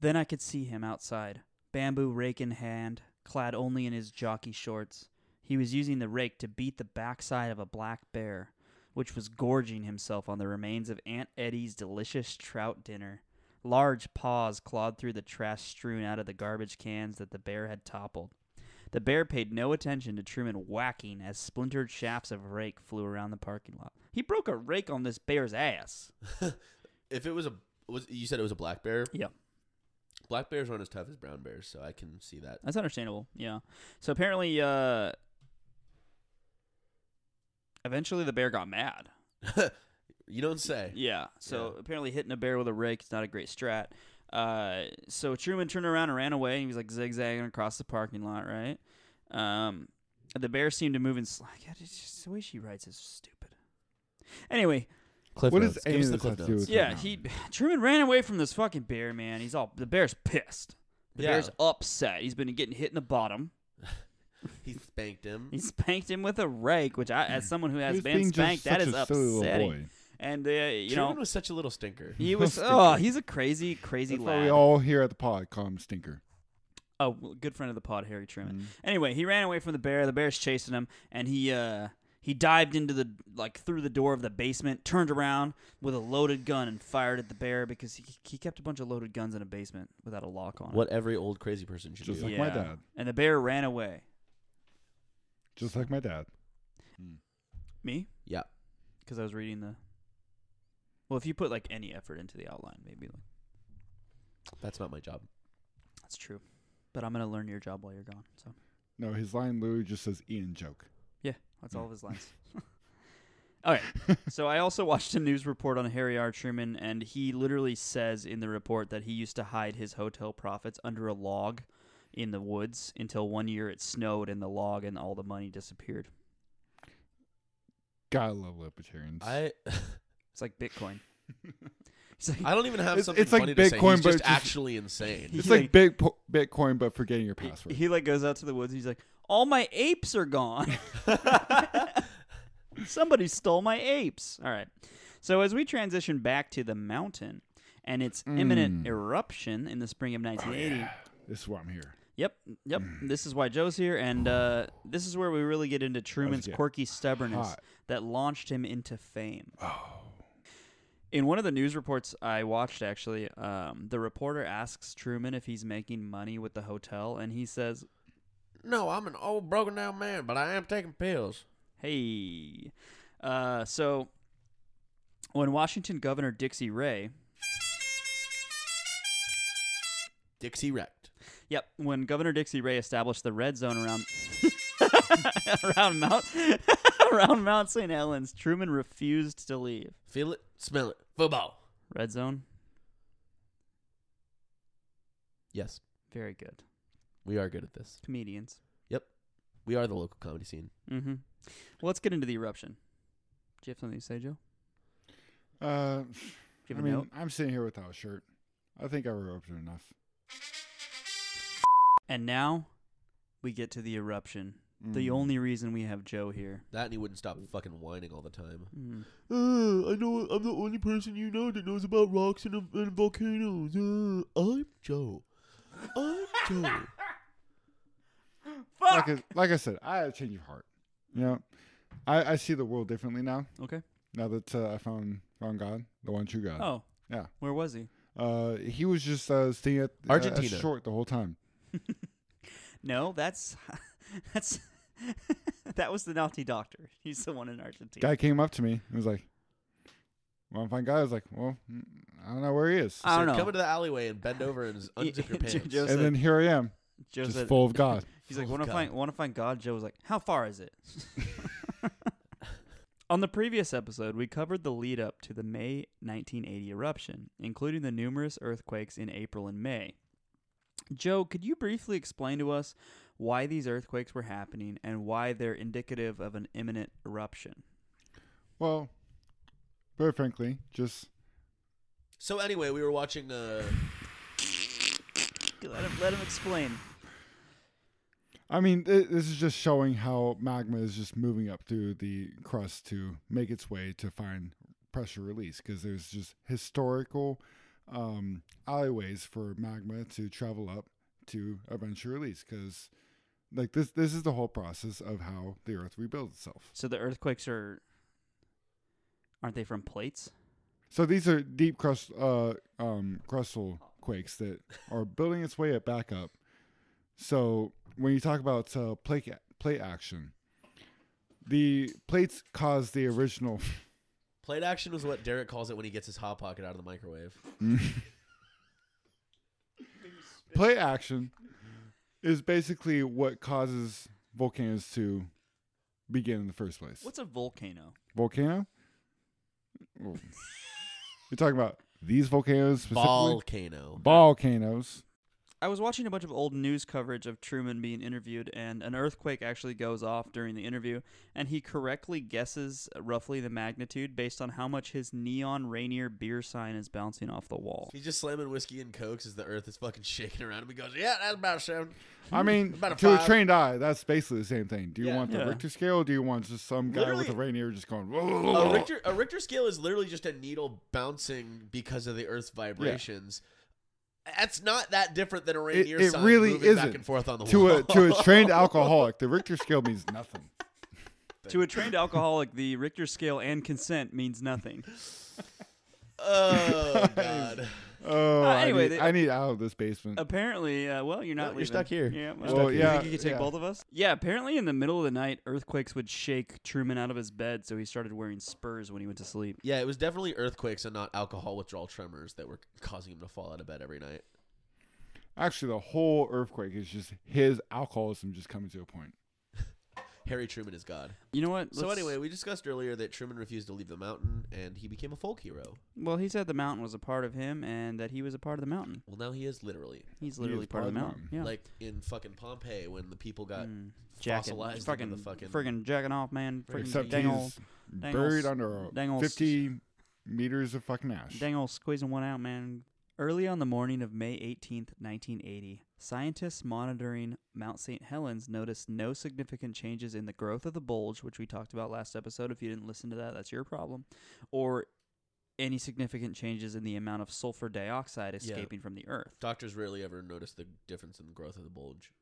B: Then I could see him outside, bamboo rake in hand, clad only in his jockey shorts. He was using the rake to beat the backside of a black bear, which was gorging himself on the remains of Aunt Eddie's delicious trout dinner. Large paws clawed through the trash strewn out of the garbage cans that the bear had toppled. The bear paid no attention to Truman whacking as splintered shafts of rake flew around the parking lot. He broke a rake on this bear's ass.
A: If it was a was you said it was a black bear.
B: Yeah.
A: Black bears aren't as tough as brown bears, so I can see that.
B: That's understandable. Yeah. So apparently, uh, eventually the bear got mad.
A: (laughs) You don't say.
B: Yeah. So apparently hitting a bear with a rake is not a great strat. Uh, so Truman turned around and ran away. He was like zigzagging across the parking lot, right? Um, the bear seemed to move in. Sl- God, it's just the way she writes is stupid. Anyway,
A: Cliff
C: What
A: notes.
C: does
A: Give
C: any
A: us
C: of
A: the
C: this
A: cliff
C: have to do
A: notes.
C: with-
B: yeah,
C: Right.
B: he (sighs) Truman ran away from this fucking bear, man. He's all the bear's pissed. The
A: Yeah.
B: bear's upset. He's been getting hit in the bottom.
A: He spanked him.
B: He spanked him with a rake, which I, as someone who has
C: He's
B: been
C: being
B: spanked,
C: just
B: that is
C: such a silly little
B: upsetting.
C: boy.
B: And uh, you
A: Truman
B: know,
A: was such a little stinker.
B: he was.
C: (laughs) Stinker.
B: Oh, he's a crazy, crazy
C: That's why
B: lad.
C: we all here at the pod call him Stinker.
B: a w- good friend of the pod, Harry Truman. Anyway, he ran away from the bear. The bear's chasing him, and he uh, he dived into the like through the door of the basement, turned around with a loaded gun and fired at the bear because he, he kept a bunch of loaded guns in a basement without a lock on
A: What every old crazy person should
C: Just
A: do.
B: it.
C: like- my dad.
B: And the bear ran away.
C: Just like my dad.
B: Me?
A: Yeah.
B: Because I was reading the. Well, if you put like any effort into the outline, maybe like,
A: That's not my job.
B: that's true. But I'm gonna learn your job while you're gone. So
C: No, his line literally just says Ian joke.
B: yeah, that's all of his lines. (laughs) all right. so I also watched a news report on Harry R. Truman, and he literally says in the report that he used to hide his hotel profits under a log in the woods until one year it snowed and the log and all the money disappeared.
C: Gotta love libertarians.
A: (laughs) I
B: It's like Bitcoin. He's like,
A: (laughs) I don't even have
C: It's-
A: something
C: it's like
A: funny to say.
C: Bitcoin,
A: He's
C: but
A: just,
C: it's just-
A: actually insane.
C: it's like big po- Bitcoin, but forgetting your
B: he-
C: password.
B: he like goes out to the woods. He's like, all my apes are
C: (laughs)
B: gone. Somebody stole my apes. All right. So as we transition back to the mountain and its
C: Mm.
B: imminent eruption in the spring
C: Oh,
B: of 1980.
C: this is why I'm here.
B: Yep, yep.
C: Mm.
B: This is why Joe's here, and uh, this is where we really get into Truman's
C: get
B: quirky stubbornness
C: hot.
B: that launched him into fame. Oh. In one of the news reports I watched, actually, um, the reporter asks Truman if he's making money with the hotel, and he says,
A: no, I'm an old broken down man, but I am taking pills.
B: Hey. Uh, so, when Washington Governor Dixie Ray,
A: Dixie wrecked.
B: yep, when Governor Dixie Ray established the red zone around (laughs) around Mount (laughs) around Mount St. Helens, Truman refused to leave.
A: Feel it, smell it. Football.
B: Red zone,
A: Yes,
B: very good.
A: we are good at this.
B: Comedians.
A: We are the local comedy scene.
B: Mm-hmm. Well, let's get into the eruption. Do you have something to say, Joe?
C: Uh,
B: Do you have
C: I
B: a
C: mean,
B: note?
C: I'm sitting here without a shirt. I think I wrote up to enough.
B: And now we get to the eruption. The
C: Mm.
B: only reason we have Joe here.
A: That and he wouldn't stop fucking whining all the time.
B: Mm.
A: Uh, I know I'm the only person you know that knows about rocks and, and volcanoes. Uh, I'm Joe. I'm (laughs) Joe.
C: Like I, like I said, I had a change of heart. You know, I, I see the world differently now.
B: Okay.
C: Now that uh, I found found God, the one true God.
B: Oh.
C: Uh, Yeah.
B: Where was he?
C: Uh, he was just uh, staying at uh, at
A: Argentina.
C: short the whole time.
B: No, that's (laughs) that's (laughs) that was the naughty doctor. He's the one in Argentina.
C: Guy came up to me and was like, "Want to find God?" I was like, "Well, mm, I don't know where he is."
B: I don't
A: So
B: know.
A: Come into the alleyway and bend over and z-
B: (laughs)
A: unzip your
B: Joe-
A: pants.
B: Joe
C: and
B: said-
C: then here I am,
B: Joe
C: just
B: said,
C: full of God.
B: (laughs) he's like,
A: full of
B: want to
A: God."
B: find want to find God. Joe was like, how far is it? (laughs) On the previous episode, we covered the lead up to the May 1980 eruption, including the numerous earthquakes in April and May. Joe, could you briefly explain to us why these earthquakes were happening and why they're indicative of an imminent eruption?
C: well, very frankly, just
A: so anyway, we were watching. Uh,
B: Let him, let him explain.
C: I mean, th- this is just showing how magma is just moving up through the crust to make its way to find pressure release because there's just historical um, alleyways for magma to travel up to eventual release because like this this is the whole process of how the earth rebuilds itself
B: So the earthquakes are aren't they from plates?
C: so these are deep crust uh um crustal quakes that are building its way up back up so when you talk about uh, plate plate action the plates caused the original (laughs)
A: Plate action was what Derek calls it when he gets his hot pocket out of the microwave.
C: plate action is basically what causes volcanoes to begin in the first place.
B: What's a volcano?
C: volcano? Oh. (laughs) You're talking about these volcanoes specifically?
A: Volcano.
C: Volcanoes.
B: I was watching a bunch of old news coverage of Truman being interviewed, and an earthquake actually goes off during the interview, and he correctly guesses roughly the magnitude based on how much his neon Rainier beer sign is bouncing off the wall.
A: He's just slamming whiskey and cokes as the earth is fucking shaking around him. He goes, "Yeah, that's about seven.
C: I mean,
A: About a
C: to a
A: five.
C: trained eye, that's basically the same thing. Do you
A: Yeah.
C: want the
B: Yeah.
C: Richter scale? Or do you want just some guy with
A: Literally-
C: a Rainier just going?
A: A Richter, a Richter scale is literally just a needle bouncing because of the Earth's vibrations. That's not that different than a reindeer
C: it
A: sign
C: really
A: moving back
C: isn't.
A: and forth on the
C: (laughs) to
A: wall.
C: a to a
B: (laughs)
C: trained alcoholic, the Richter scale means nothing.
B: To a trained alcoholic, the Richter scale and consent means nothing.
A: (laughs)
C: (laughs)
A: oh god.
C: Oh,
B: (laughs) Uh,
C: anyway, I
B: anyway,
C: need,
B: they-
C: I need out of this basement.
B: Apparently, uh, well, you're not.
A: No, you're
B: leaving.
A: stuck here.
B: Yeah, well,
C: stuck here.
B: you think you could take
C: Yeah.
B: both of us? Yeah. Apparently, in the middle of the night, earthquakes would shake Truman out of his bed, so he started wearing spurs when he went to sleep.
A: Yeah, it was definitely earthquakes and not alcohol withdrawal tremors that were causing him to fall out of bed every night.
C: Actually, the whole earthquake is just his alcoholism just coming to a point.
A: Harry Truman is God.
B: You know what?
A: so
B: Let's-
A: anyway, we discussed earlier that Truman refused to leave the mountain and he became a folk hero.
B: well, he said the mountain was a part of him, and that he was a part of the mountain.
A: Well, now he is literally
B: He's literally
C: is
B: part, of the mountain. Yeah.
A: like in fucking Pompeii when the people got
B: Mm. Jacking-
A: fossilized
B: fucking,
A: into the fucking
B: friggin' jacking off, man.
A: Right.
B: Friggin'
C: Except
B: dang
C: he's
B: old, dang old
C: buried
B: s-
C: under a
B: dang old s-
C: 50 meters of fucking ash.
B: dang old squeezing one out, man. Early on the morning of May 18th, 1980, scientists monitoring Mount St. Helens noticed no significant changes in the growth of the bulge, which we talked about last episode. If you didn't listen to that, that's your problem. Or any significant changes in the amount of sulfur dioxide escaping from the earth.
A: Doctors rarely ever notice the difference in the growth of the bulge.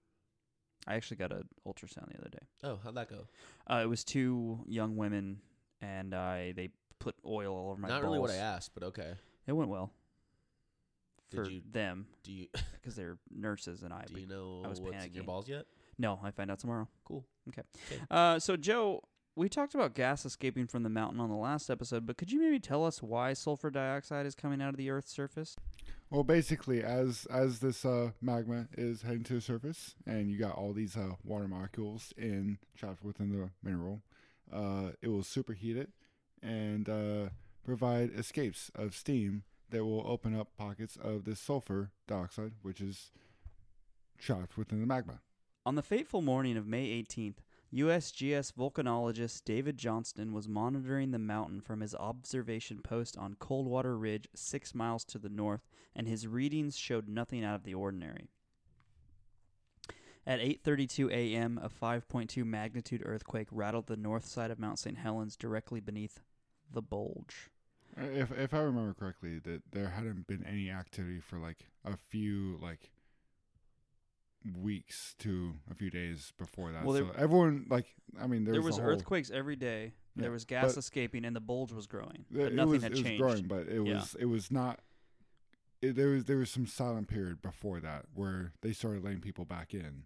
B: I actually got an ultrasound the other day.
A: Oh, how'd that go?
B: Uh, it was two young women, and I they put oil all over my
A: Not really what I
B: balls.
A: asked, but okay.
B: It went well
A: Did
B: for
A: you-
B: them
A: Do you
B: because they're nurses, and I.
A: do you know
B: I was
A: what's in your
B: panicking.
A: balls yet?
B: No, I find out tomorrow.
A: Cool.
B: Okay.
A: 'Kay.
B: Uh, so Joe, we talked about gas escaping from the mountain on the last episode, but could you maybe tell us why sulfur dioxide is coming out of the Earth's surface?
C: Well, basically, as as this uh, magma is heading to the surface, and you got all these uh, water molecules in trapped within the mineral, uh, it will superheat it and uh, provide escapes of steam that will open up pockets of this sulfur dioxide, which is trapped within the magma.
B: On the fateful morning of May 18th, USGS volcanologist David Johnston was monitoring the mountain from his observation post on Coldwater Ridge, six miles to the north, and his readings showed nothing out of the ordinary. At 8:32 a.m., a 5.2 magnitude earthquake rattled the north side of Mount St. Helens directly beneath the bulge.
C: Uh, If if I remember correctly, that there hadn't been any activity for like a few like weeks to a few days before that.
B: Well, there-
C: so everyone like I mean there,
B: There
C: was,
B: was
C: the whole-
B: earthquakes every day.
C: Yeah,
B: There was gas
C: but-
B: escaping and the bulge was growing.
C: th-
B: But
C: it
B: nothing
C: was,
B: had
C: it was
B: changed.
C: growing, but it
B: Yeah.
C: was it was not. It, there was there was some silent period before that where they started letting people back in.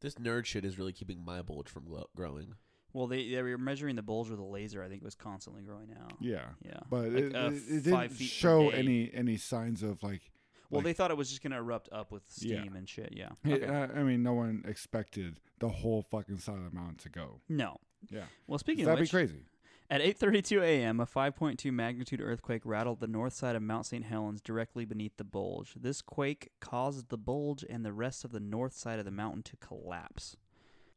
A: This nerd shit is really keeping my bulge from glo- growing.
B: Well, they they were measuring the bulge with a laser. I think it was constantly growing out.
C: Yeah,
B: Yeah.
C: but
B: Like,
C: it,
B: uh,
C: it, it
B: f- five
C: didn't
B: feet per
C: show
B: day.
C: any any signs of like.
B: Well,
C: like,
B: they thought it was just gonna erupt up with
C: Yeah.
B: steam and shit.
C: (laughs)
B: Yeah.
C: it- I, I mean, no one expected the whole fucking silent mountain to go.
B: No.
C: Yeah,
B: Well, speaking
C: that'd
B: of
C: be
B: which,
C: crazy.
B: at 8:32 a.m., a 5.2 magnitude earthquake rattled the north side of Mount St. Helens directly beneath the bulge. This quake caused the bulge and the rest of the north side of the mountain to collapse.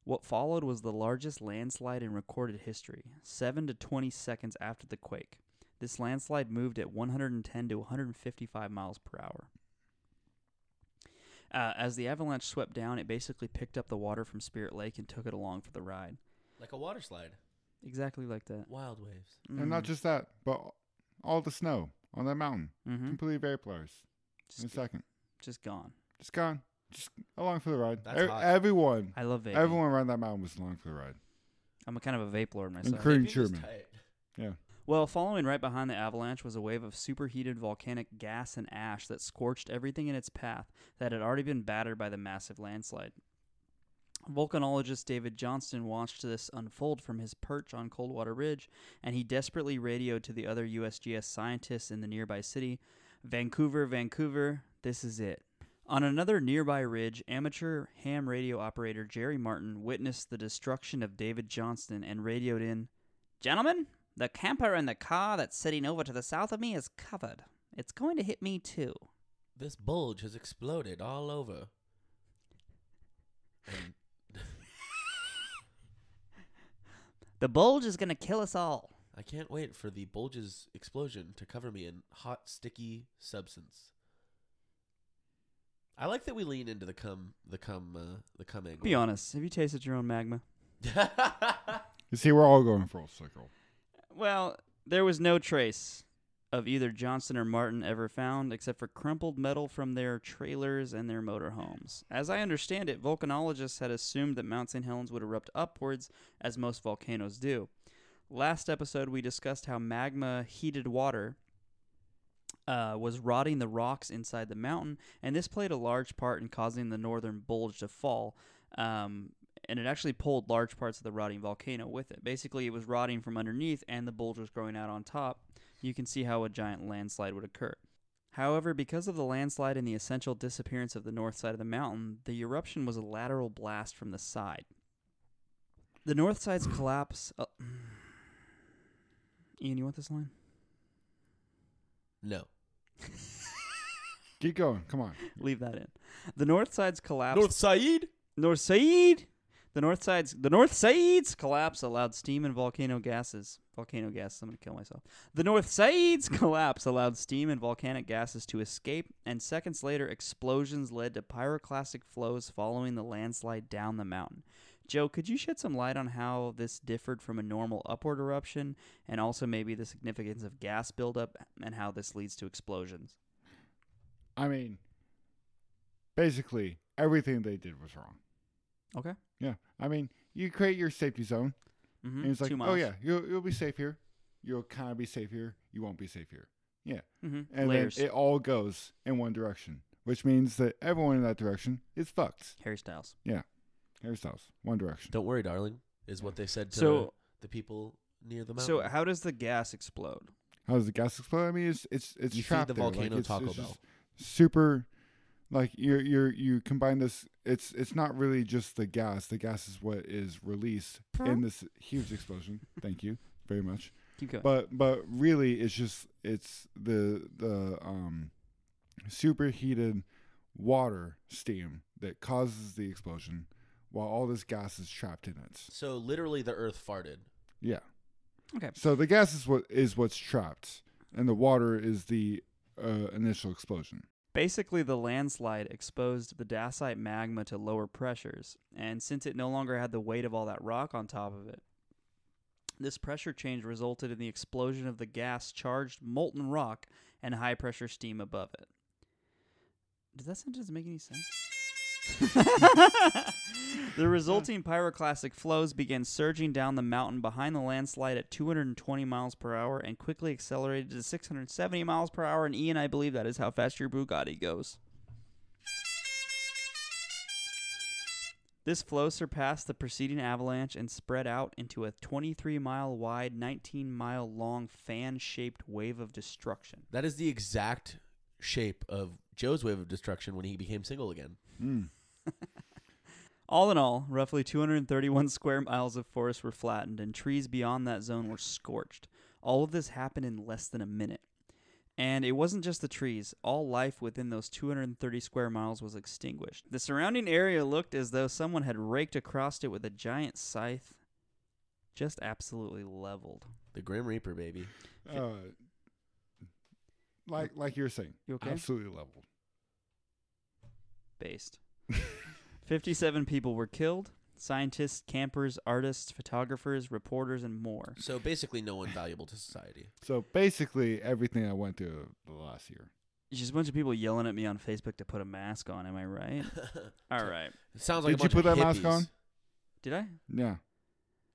B: What followed was the largest landslide in recorded history, 7 to 20 seconds after the quake. This landslide moved at 110 to 155 miles per hour. Uh, as the avalanche swept down, it basically picked up the water from Spirit Lake and took it along for the ride.
A: Like a water slide.
B: Exactly like that. Mm-hmm.
A: Wild waves.
C: And
B: Mm.
C: not just that, but all the snow on that mountain
B: hmm
C: completely vaporized in a
B: Just,
C: second.
B: just gone.
C: Just gone. Just along for the ride.
A: That's
C: E-
A: hot.
C: Everyone,
B: I love vape.
C: everyone around that mountain was along for the ride.
B: I'm a kind of a vape lord myself.
C: Incre-
A: Vaping
C: Pretty
A: was
C: German.
A: tight.
B: Well, following right behind the avalanche was a wave of superheated volcanic gas and ash that scorched everything in its path that had already been battered by the massive landslide. Volcanologist David Johnston watched this unfold from his perch on Coldwater Ridge, and he desperately radioed to the other USGS scientists in the nearby city Vancouver, Vancouver, this is it. On another nearby ridge, amateur ham radio operator Jerry Martin witnessed the destruction of David Johnston and radioed in, Gentlemen, the camper in the car that's sitting over to the south of me is covered. It's going to hit me too.
A: This bulge has exploded all over. And
D: The bulge is going to kill us all.
A: I can't wait for the bulge's explosion to cover me in hot, sticky substance. I like that we lean into the cum, the cum, uh, the cum
B: (laughs)
A: angle.
B: Be honest, have you tasted your own magma?
C: You see, we're all going full circle.
B: Well, there was no trace of either Johnson or Martin ever found, except for crumpled metal from their trailers and their motorhomes. As I understand it, volcanologists had assumed that Mount St. Helens would erupt upwards, as most volcanoes do. Last episode, we discussed how magma heated water uh, was rotting the rocks inside the mountain, and this played a large part in causing the northern bulge to fall. Um, and it actually pulled large parts of the rotting volcano with it. Basically, it was rotting from underneath, and the bulge was growing out on top. You can see how a giant landslide would occur. However, because of the landslide and the essential disappearance of the north side of the mountain, the eruption was a lateral blast from the side. The north side's collapse. Uh, Ian, you want this line?
A: (laughs) no.
C: Keep going. Come on.
B: Leave that in. The north side's collapse.
A: North Said?
B: North Said. The north side's the north side's collapse allowed steam and volcano gases. Volcano gases. I'm gonna kill myself. The north side's (laughs) collapse allowed steam and volcanic gases to escape, and seconds later, explosions led to pyroclastic flows following the landslide down the mountain. Joe, could you shed some light on how this differed from a normal upward eruption, and also maybe the significance of gas buildup and how this leads to explosions?
C: I mean, basically, everything they did was wrong.
B: Okay.
C: Yeah. I mean, you create your safety zone,
B: Mm-hmm.
C: and it's like, oh, yeah, you'll, you'll be safe here. You'll kind of be safe here. You won't be safe here. Yeah.
B: Mm-hmm.
C: And
B: Layers.
C: then it all goes in one direction, which means that everyone in that direction is fucked.
B: Harry Styles.
C: Hairstyles, one direction.
A: Don't worry, darling, is what they said to
B: So-
A: the people near the mountain.
B: So how does the gas explode?
C: How does the gas explode? I mean, it's it's it's
A: You feed
C: trapped
A: the
C: there. Like,
A: volcano
C: it's-
A: Taco
C: it's
A: Bell.
C: just Super, like you you you combine this. It's it's not really just the gas. The gas is what is released in this huge explosion. Thank you very much.
B: Keep going.
C: But but really, it's just it's the the um superheated water steam that causes the explosion, while all this gas is trapped in it.
A: So literally, the Earth farted.
C: Yeah.
B: Okay.
C: So the gas is what is what's trapped, and the water is the uh, initial explosion.
B: Basically, the landslide exposed the dacite magma to lower pressures, and since it no longer had the weight of all that rock on top of it, this pressure change resulted in the explosion of the gas charged molten rock and high pressure steam above it. Does that sentence make any sense? the resulting pyroclastic flows began surging down the mountain behind the landslide at 220 miles per hour and quickly accelerated to 670 miles per hour. And Ian, I believe that is how fast your Bugatti goes. This flow surpassed the preceding avalanche and spread out into a 23 mile wide, 19 mile long fan shaped wave of destruction.
A: That is the exact shape of Joe's wave of destruction when he became single again.
C: Mm.
B: All in all, roughly 231 square miles of forest were flattened, and trees beyond that zone were scorched. All of this happened in less than a minute. And it wasn't just the trees, all life within those 230 square miles was extinguished. The surrounding area looked as though someone had raked across it with a giant scythe, just absolutely leveled.
A: The Grim Reaper, baby.
C: Uh, like like you were saying,
B: You okay?
C: absolutely leveled.
B: based. 57 people were killed scientists, campers, artists, photographers, reporters, and more.
A: So basically, no one valuable to society.
C: So basically, everything I went through the last year.
B: It's just a bunch of people yelling at me on Facebook to put a mask on. Am I
A: (sighs)
B: right? (laughs) All right.
A: It sounds like a
C: Did you
A: bunch of
C: put that mask
A: hippies.
C: on?
B: Did I?
C: Yeah.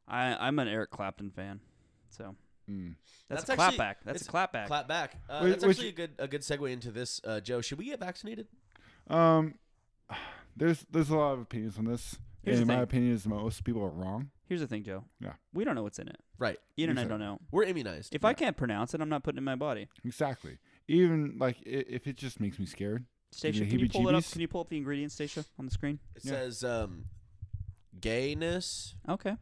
B: I I'm an Eric Clapton fan. So
C: Mm.
B: that's,
A: That's
B: a
A: actually-
B: clapback. That's a
A: it's-
B: clapback.
A: Clap back. Uh,
C: Wait,
A: that's
C: which-
A: actually a good a good segue into this. Uh, Joe, should we get vaccinated?
C: Um, (sighs) there's there's a lot of opinions on this.
B: Here's
C: and
B: the
C: my
B: thing.
C: opinion is most people are wrong.
B: Here's the thing, Joe.
C: Yeah.
B: We don't know what's in it.
A: Right.
B: You and I
C: Exactly.
B: don't know.
A: We're immunized.
B: If I can't pronounce it, I'm not putting it in my body.
C: Exactly. Even like i- if it just makes me scared. Give
B: Stacia,
C: me
B: can you pull it up?
C: heebie-jeebies?
B: Can you pull up the ingredients, Stacia, on the screen?
A: it
C: yeah.
A: says um, gayness,
B: Okay.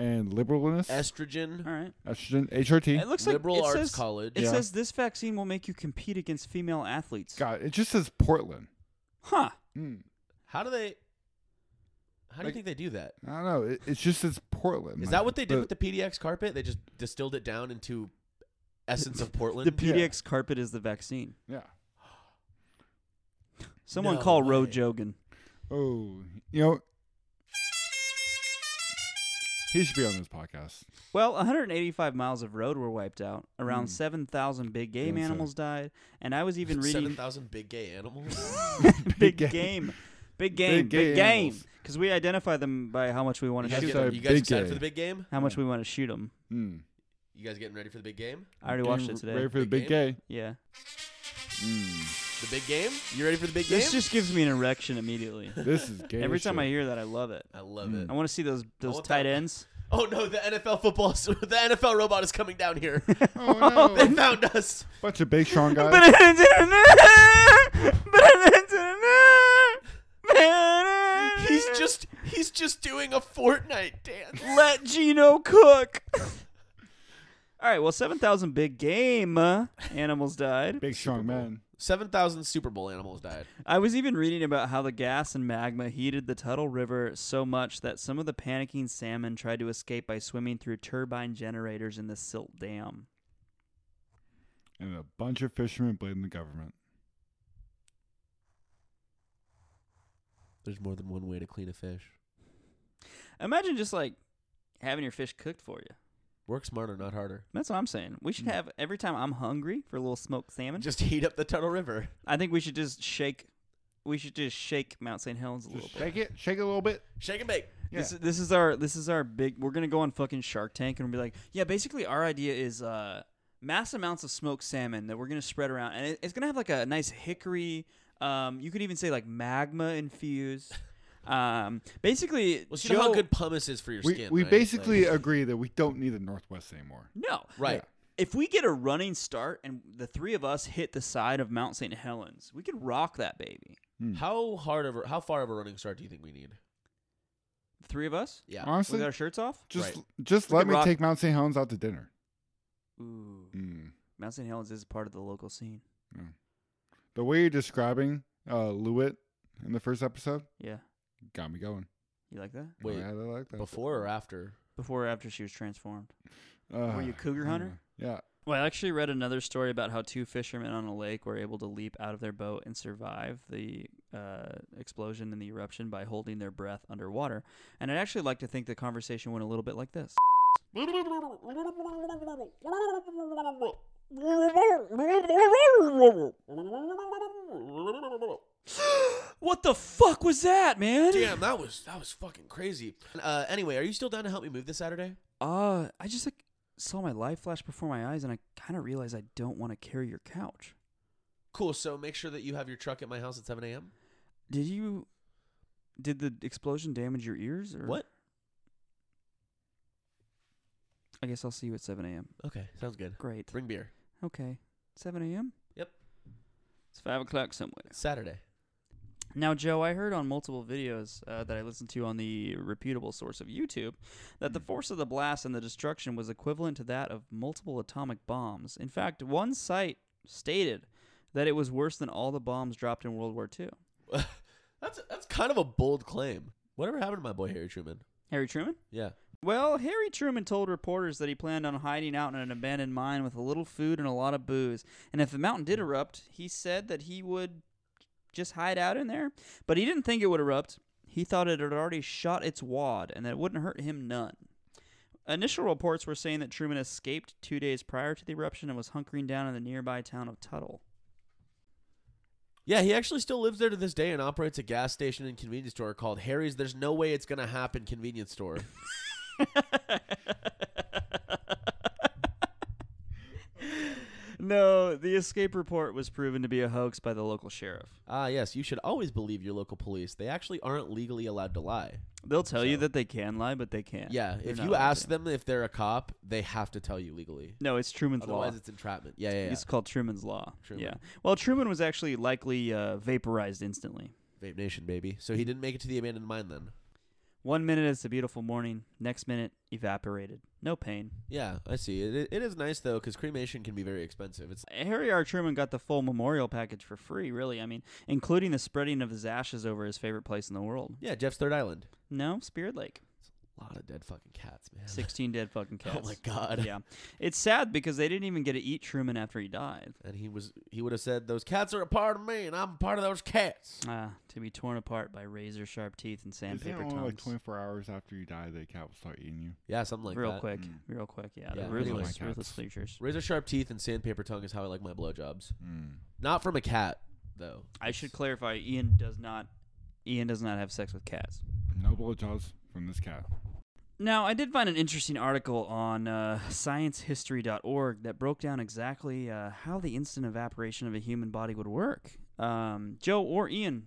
C: And liberalness,
A: estrogen,
B: All right.
C: estrogen, HRT.
B: It looks like
A: liberal
B: it
A: arts
B: says,
A: college.
B: It
C: Yeah.
B: says this vaccine will make you compete against female athletes.
C: God, it just says Portland.
B: Huh.
C: Mm.
A: How do they? How do you
C: Like-
A: think they do that?
C: I don't know. It, it just says Portland.
A: Is
C: Like,
A: that what they did with the PDX carpet? They just distilled it down into essence of
B: The
A: Portland.
B: PDX carpet is the vaccine.
C: Yeah.
B: Someone
A: No
B: call Ro
A: way.
B: Jogan.
C: Oh, you know, he should be on this podcast.
B: Well, 185 miles of road were wiped out. Around
C: Hmm.
B: 7,000 big game
C: Don't say.
B: animals died, and I was
A: (laughs)
B: even reading
A: Seven thousand big gay (laughs) animals.
B: big (laughs)
C: Big
B: game.
C: game.
B: Big game,
C: gay
B: big game,
C: animals.
B: because we identify them by how much we want
A: you
B: to
A: guys,
B: shoot
A: get-
B: them,
C: Hashtag
A: you guys
C: big
A: excited
C: gay.
A: for the big game?
B: how much we want to shoot them.
C: Mm.
A: You guys getting ready for the big game?
B: I already watched it today.
C: Ready for the
A: Big
C: big gay?
B: Yeah,
C: Mm.
A: The big game? You ready for the big game?
B: this just gives me an erection immediately.
C: This is gay.
B: Every
C: as
B: time I
C: shit.
B: hear that, I love it.
A: I love
C: Mm.
A: it.
B: I want to see those those
A: want
B: tight
A: that.
B: ends. (laughs)
A: Oh no, the NFL football, (laughs) the NFL robot is coming down here.
C: oh
A: they
C: no,
A: found us.
C: bunch of big strong guys.
A: He's just, he's just doing a Fortnite dance.
B: let Gino cook. (laughs) All right, well, seven thousand big game uh, animals died.
C: big strong
A: Bowl.
C: men.
A: Seven thousand Super Bowl animals died.
B: I was even reading about how the gas and magma heated the Tuttle River so much that some of the panicking salmon tried to escape by swimming through turbine generators in the silt dam.
C: and a bunch of fishermen blame the government.
A: There's more than one way to clean a fish.
B: Imagine just like having your fish cooked for you.
A: Work smarter, not harder.
B: That's what I'm saying. We should have every time I'm hungry for a little smoked salmon.
A: Just heat up the Tuttle River.
B: I think we should just shake. We should just shake Mount St. Helens a little
C: Just
B: bit.
C: shake it, shake it a little bit.
A: Shake and bake.
C: Yeah.
B: This, this is our this is our big. We're gonna go on fucking Shark Tank and we'll be like, yeah, basically our idea is uh, mass amounts of smoked salmon that we're gonna spread around, and it, it's gonna have like a nice hickory. Um, you could even say like magma
A: (laughs)
B: infused. Um, basically,
A: Well, so
B: Joe,
A: you know how good pumice is for your
C: we
A: skin.
C: we
A: right?
C: basically
A: Like-
C: agree that we don't need the Northwest anymore.
B: no
A: right.
B: If we get a running start and the three of us hit the side of Mount St. Helens, we could rock that baby.
A: How hard of a, how far of a running start do you think we need?
B: The three of us
A: Yeah.
C: Honestly,
B: with our shirts off.
C: just
A: Right.
C: just
B: We
C: let
B: could
C: me
B: rock-
C: take Mount St. Helens out to dinner.
B: Ooh,
C: Mm.
B: Mount St. Helens is part of the local scene.
C: The way you're describing uh, Lewitt in the first episode
B: Yeah,
C: got me going.
B: you like that?
A: Wait,
C: Yeah, I like that.
A: before or after?
B: Before or after she was transformed.
C: Uh,
B: Were you a cougar
C: I don't
B: hunter?
C: know. Yeah.
B: Well, I actually read another story about how two fishermen on a lake were able to leap out of their boat and survive the uh, explosion and the eruption by holding their breath underwater. And I'd actually like to think the conversation went a little bit like this. (gasps) What the fuck was that, man?
A: Damn, that was that was fucking crazy. Uh, anyway, are you still down to help me move this Saturday?
B: Uh, I just like saw my life flash before my eyes, and I kind of realized I don't want to carry your couch.
A: Cool. So make sure that you have your truck at my house at 7 a.m.
B: Did you? Did the explosion damage your ears? Or
A: What?
B: I guess I'll see you at 7 a.m.
A: Okay, sounds good.
B: Great.
A: Bring beer.
B: Okay. 7 a.m.
A: Yep.
B: It's five o'clock somewhere.
A: Saturday.
B: Now, Joe, I heard on multiple videos uh, that I listened to on the reputable source of YouTube that the force of the blast and the destruction was equivalent to that of multiple atomic bombs. In fact, one site stated that it was worse than all the bombs dropped in World War II.
A: That's that's kind of a bold claim. Whatever happened to my boy Harry Truman?
B: Harry Truman?
A: Yeah.
B: Well, Harry Truman told reporters that he planned on hiding out in an abandoned mine with a little food and a lot of booze. And if the mountain did erupt, he said that he would just hide out in there. But he didn't think it would erupt. He thought it had already shot its wad and that it wouldn't hurt him none. Initial reports were saying that Truman escaped two days prior to the eruption and was hunkering down in the nearby town of Tuttle.
A: Yeah, he actually still lives there to this day and operates a gas station and convenience store called Harry's. There's no way it's gonna happen. Convenience store.
B: no, the escape report was proven to be a hoax by the local sheriff.
A: ah, yes. You should always believe your local police. They actually aren't legally allowed to lie.
B: They'll tell you
A: So-
B: that they can lie, but they can't.
A: Yeah.
B: They're
A: If
B: not
A: you
B: allowed
A: ask
B: to.
A: them if they're a cop, they have to tell you legally.
B: no, it's Truman's
A: Otherwise,
B: law.
A: it's entrapment. Yeah, yeah. yeah.
B: It's called Truman's law.
A: Truman.
B: Yeah. Well, Truman was actually likely uh, vaporized instantly.
A: Vape Nation, baby. So he didn't make it to the abandoned mine then.
B: One minute it's a beautiful morning. Next minute evaporated. No pain.
A: Yeah, I see. It, it is nice though, because cremation can be very expensive. It's
B: Harry R. Truman got the full memorial package for free, really. I mean, including the spreading of his ashes over his favorite place in the world.
A: yeah, Jeff's Third Island.
B: No, Spirit
A: (laughs)
B: Lake.
A: A lot of dead fucking cats, man.
B: 16 dead fucking cats.
A: (laughs) Oh my god.
B: Yeah. It's sad because they didn't even get to eat Truman after he died.
A: And he was he would have said, Those cats are a part of me and I'm part of those cats.
B: Ah, to be torn apart by razor sharp teeth and
C: Isn't it
B: sandpaper
C: only
B: tongues.
C: like 24 hours after you die, the cat will start eating you.
A: Yeah, something like
B: real
A: that. Hmm.
B: quick,
C: Mm.
B: real quick, yeah.
A: Yeah,
B: they're
A: I really Oh
B: ruthless,
C: like
B: ruthless
C: cats.
B: creatures.
A: Razor sharp teeth and sandpaper tongue is how I like my blowjobs.
C: Mm.
A: Not from a cat, though.
B: I should clarify: Ian does not, Ian does not have sex with cats.
C: No blowjobs from this cat.
B: Now, I did find an interesting article on uh, sciencehistory.org that broke down exactly uh, how the instant evaporation of a human body would work. Um, Joe or Ian,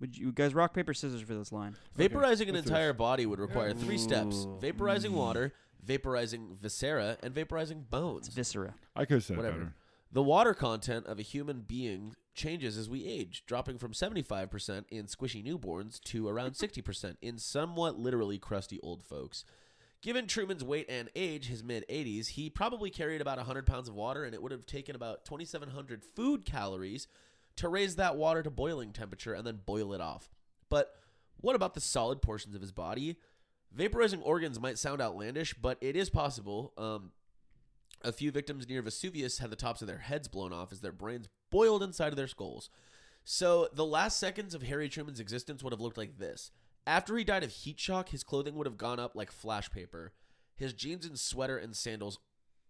B: would you guys rock paper scissors for this line?
C: Okay,
A: Vaporizing an
C: let's do
A: entire body would require three steps.
B: Ooh.
A: Vaporizing water, vaporizing viscera, and vaporizing bones.
B: It's viscera.
C: I could have said it
A: Whatever.
C: better.
A: The water content of a human being changes as we age, dropping from 75% in squishy newborns to around 60% in somewhat literally crusty old folks. Given Truman's weight and age, his mid 80s, he probably carried about 100 pounds of water, and it would have taken about 2,700 food calories to raise that water to boiling temperature and then boil it off. But what about the solid portions of his body? Vaporizing organs might sound outlandish, but it is possible. Um, a few victims near Vesuvius had the tops of their heads blown off as their brains boiled inside of their skulls. So the last seconds of Harry Truman's existence would have looked like this. After he died of heat shock, his clothing would have gone up like flash paper. His jeans and sweater and sandals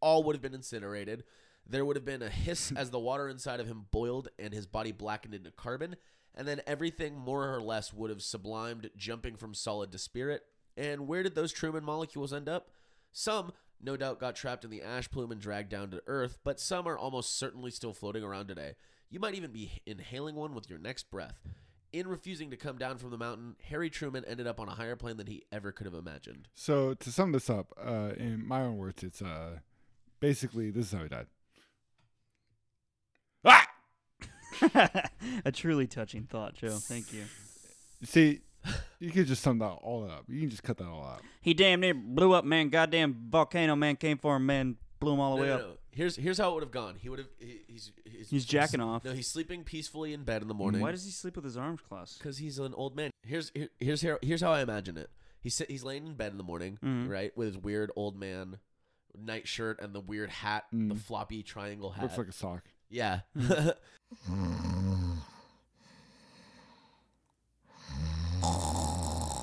A: all would have been incinerated. There would have been a hiss as the water inside of him boiled and his body blackened into carbon. And then everything more or less would have sublimed, jumping from solid to spirit. And where did those Truman molecules end up? Some, no doubt, got trapped in the ash plume and dragged down to Earth, but some are almost certainly still floating around today. You might even be inhaling one with your next breath. In refusing to come down from the mountain, Harry Truman ended up on a higher plane than he ever could have imagined.
C: So to sum this up, uh, in my own words, it's uh, basically this is how he died. Ah!
B: (laughs) a truly touching thought, Joe. Thank you.
A: (laughs)
C: See, you could just sum that all up. You can just cut that all out.
B: He damn near blew up, man. Goddamn volcano, man. Came for him, man. Blew him all the
A: No,
B: way
A: no,
B: up.
A: no. Here's here's how it would have gone. He would have he, he's, he's
B: He's jacking off.
A: No, he's sleeping peacefully in bed in the morning.
B: Why does he sleep with his arms crossed?
A: Because he's an old man. Here's here, here's here, here's how I imagine it. He's sit, he's laying in bed in the morning,
B: Mhm.
A: right, with his weird old man nightshirt and the weird hat, the
C: Mm.
A: floppy triangle hat.
C: Looks like a sock.
A: yeah. Hmm.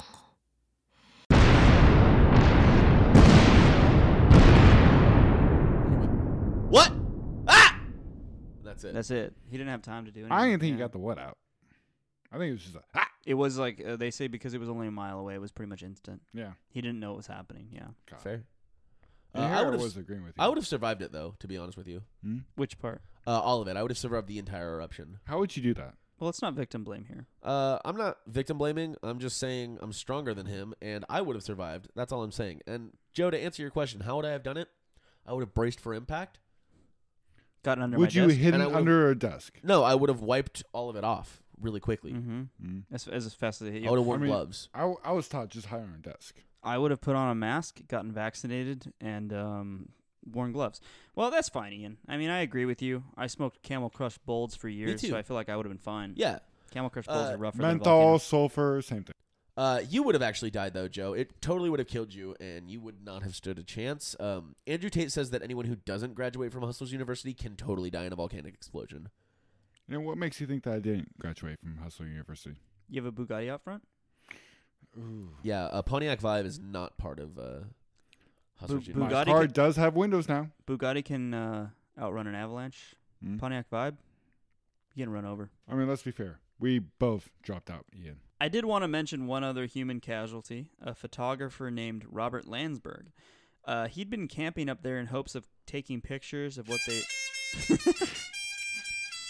A: (laughs) what? Ah! That's it.
B: That's it. He didn't have time to do anything.
C: I didn't think he
B: yeah.
C: got the what out. I think it was just a ah.
B: It was like uh, they say because it was only a mile away, it was pretty much instant.
C: Yeah,
B: He didn't know it was happening. Yeah.
C: God.
A: fair. Uh,
C: And
A: I
C: Harry
A: would have
C: was agreeing with you.
A: I would have survived it though, to be honest with you.
C: Hmm?
B: Which part?
A: Uh, all of it. I would have survived the entire eruption.
C: How would you do that?
B: Well, it's not victim blame here.
A: Uh, I'm not victim blaming. I'm just saying I'm stronger than him, and I would have survived. That's all I'm saying. And Joe, to answer your question, how would I have done it? I would have braced for impact.
B: Gotten under
C: would
B: my
C: you
B: desk.
C: hidden
A: And I would've-
C: under a desk?
A: No, I would have wiped all of it off really quickly.
B: Mm-hmm.
C: Mm.
B: As, as fast as it hit
A: I would
B: you.
A: have worn
C: I mean-
A: gloves.
C: I, w- I was taught just hide on a desk.
B: I would have put on a mask, gotten vaccinated, and um, worn gloves. Well, that's fine, Ian. I mean, I agree with you. I smoked Camel Crush Bolds for years,
A: too.
B: so I feel like I would have been fine.
A: Yeah.
B: Camel Crush
A: Uh,
B: Bolds are rougher
C: Menthol,
B: than
C: sulfur, same thing.
A: Uh, you would have actually died though, Joe. It totally would have killed you, and you would not have stood a chance. Um, Andrew Tate says that anyone who doesn't graduate from Hustle's University can totally die in a volcanic explosion.
C: You know what makes you think that I didn't graduate from Hustle University?
B: You have a Bugatti out front?
C: Ooh.
A: Yeah, uh, Pontiac Vibe is not part of uh, Hustler's
B: Bu-
A: Union.
C: My
B: Bugatti
C: car
B: could-
C: does have windows now.
B: Bugatti can uh, outrun an avalanche.
C: Mm.
B: Pontiac Vibe, you can run over.
C: I mean, let's be fair. We both dropped out, Ian.
B: I did want to mention one other human casualty, a photographer named Robert Landsberg. Uh, he'd been camping up there in hopes of taking pictures of what they. (laughs)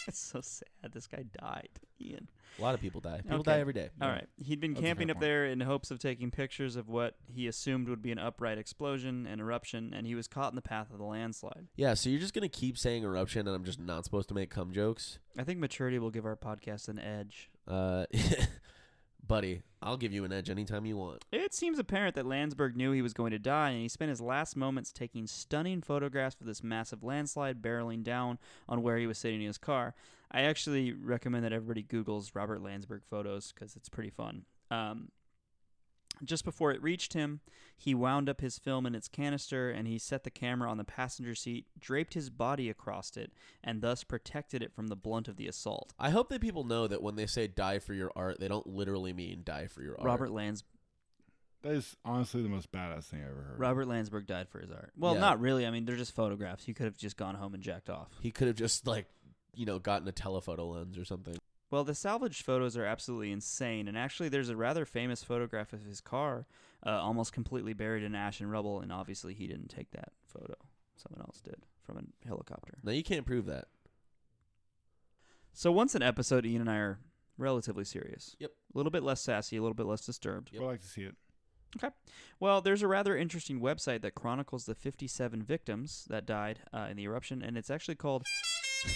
B: it's so sad. This guy died. Ian.
A: A lot of people die. People
B: Okay.
A: die every day.
B: All right. He'd been
C: That's a
B: camping
C: fair
B: up
C: point.
B: there in hopes of taking pictures of what he assumed would be an upright explosion, an eruption, and he was caught in the path of the landslide.
A: Yeah, so you're just gonna keep saying eruption, and I'm just not supposed to make cum jokes,
B: I think maturity will give our podcast an edge.
A: uh, (laughs) buddy. I'll give you an edge anytime you want.
B: It seems apparent that Landsberg knew he was going to die, and he spent his last moments taking stunning photographs of this massive landslide barreling down on where he was sitting in his car. I actually recommend that everybody Googles Robert Landsberg photos because it's pretty fun. Um, just before it reached him, he wound up his film in its canister and he set the camera on the passenger seat, draped his body across it, and thus protected it from the blunt of the assault.
A: I hope that people know that when they say "die for your art," they don't literally mean die for your art.
B: Robert Lands
C: That is honestly the most badass thing I ever heard.
B: Robert Landsberg died for his art. Well,
A: Yeah.
B: not really. I mean, they're just photographs. He could have just gone home and jacked off.
A: He could have just like, you know, gotten a telephoto lens or something.
B: Well, the salvaged photos are absolutely insane. And actually, there's a rather famous photograph of his car uh, almost completely buried in ash and rubble. And obviously, he didn't take that photo. Someone else did from a helicopter.
A: Now you can't prove that.
B: So, once an episode, Ian and I are relatively serious.
A: Yep.
B: A little bit less sassy, a little bit less disturbed.
A: Yep.
C: I like to see it.
B: Well, there's a rather interesting website that chronicles the 57 victims that died uh, in the eruption, and it's actually called. (laughs)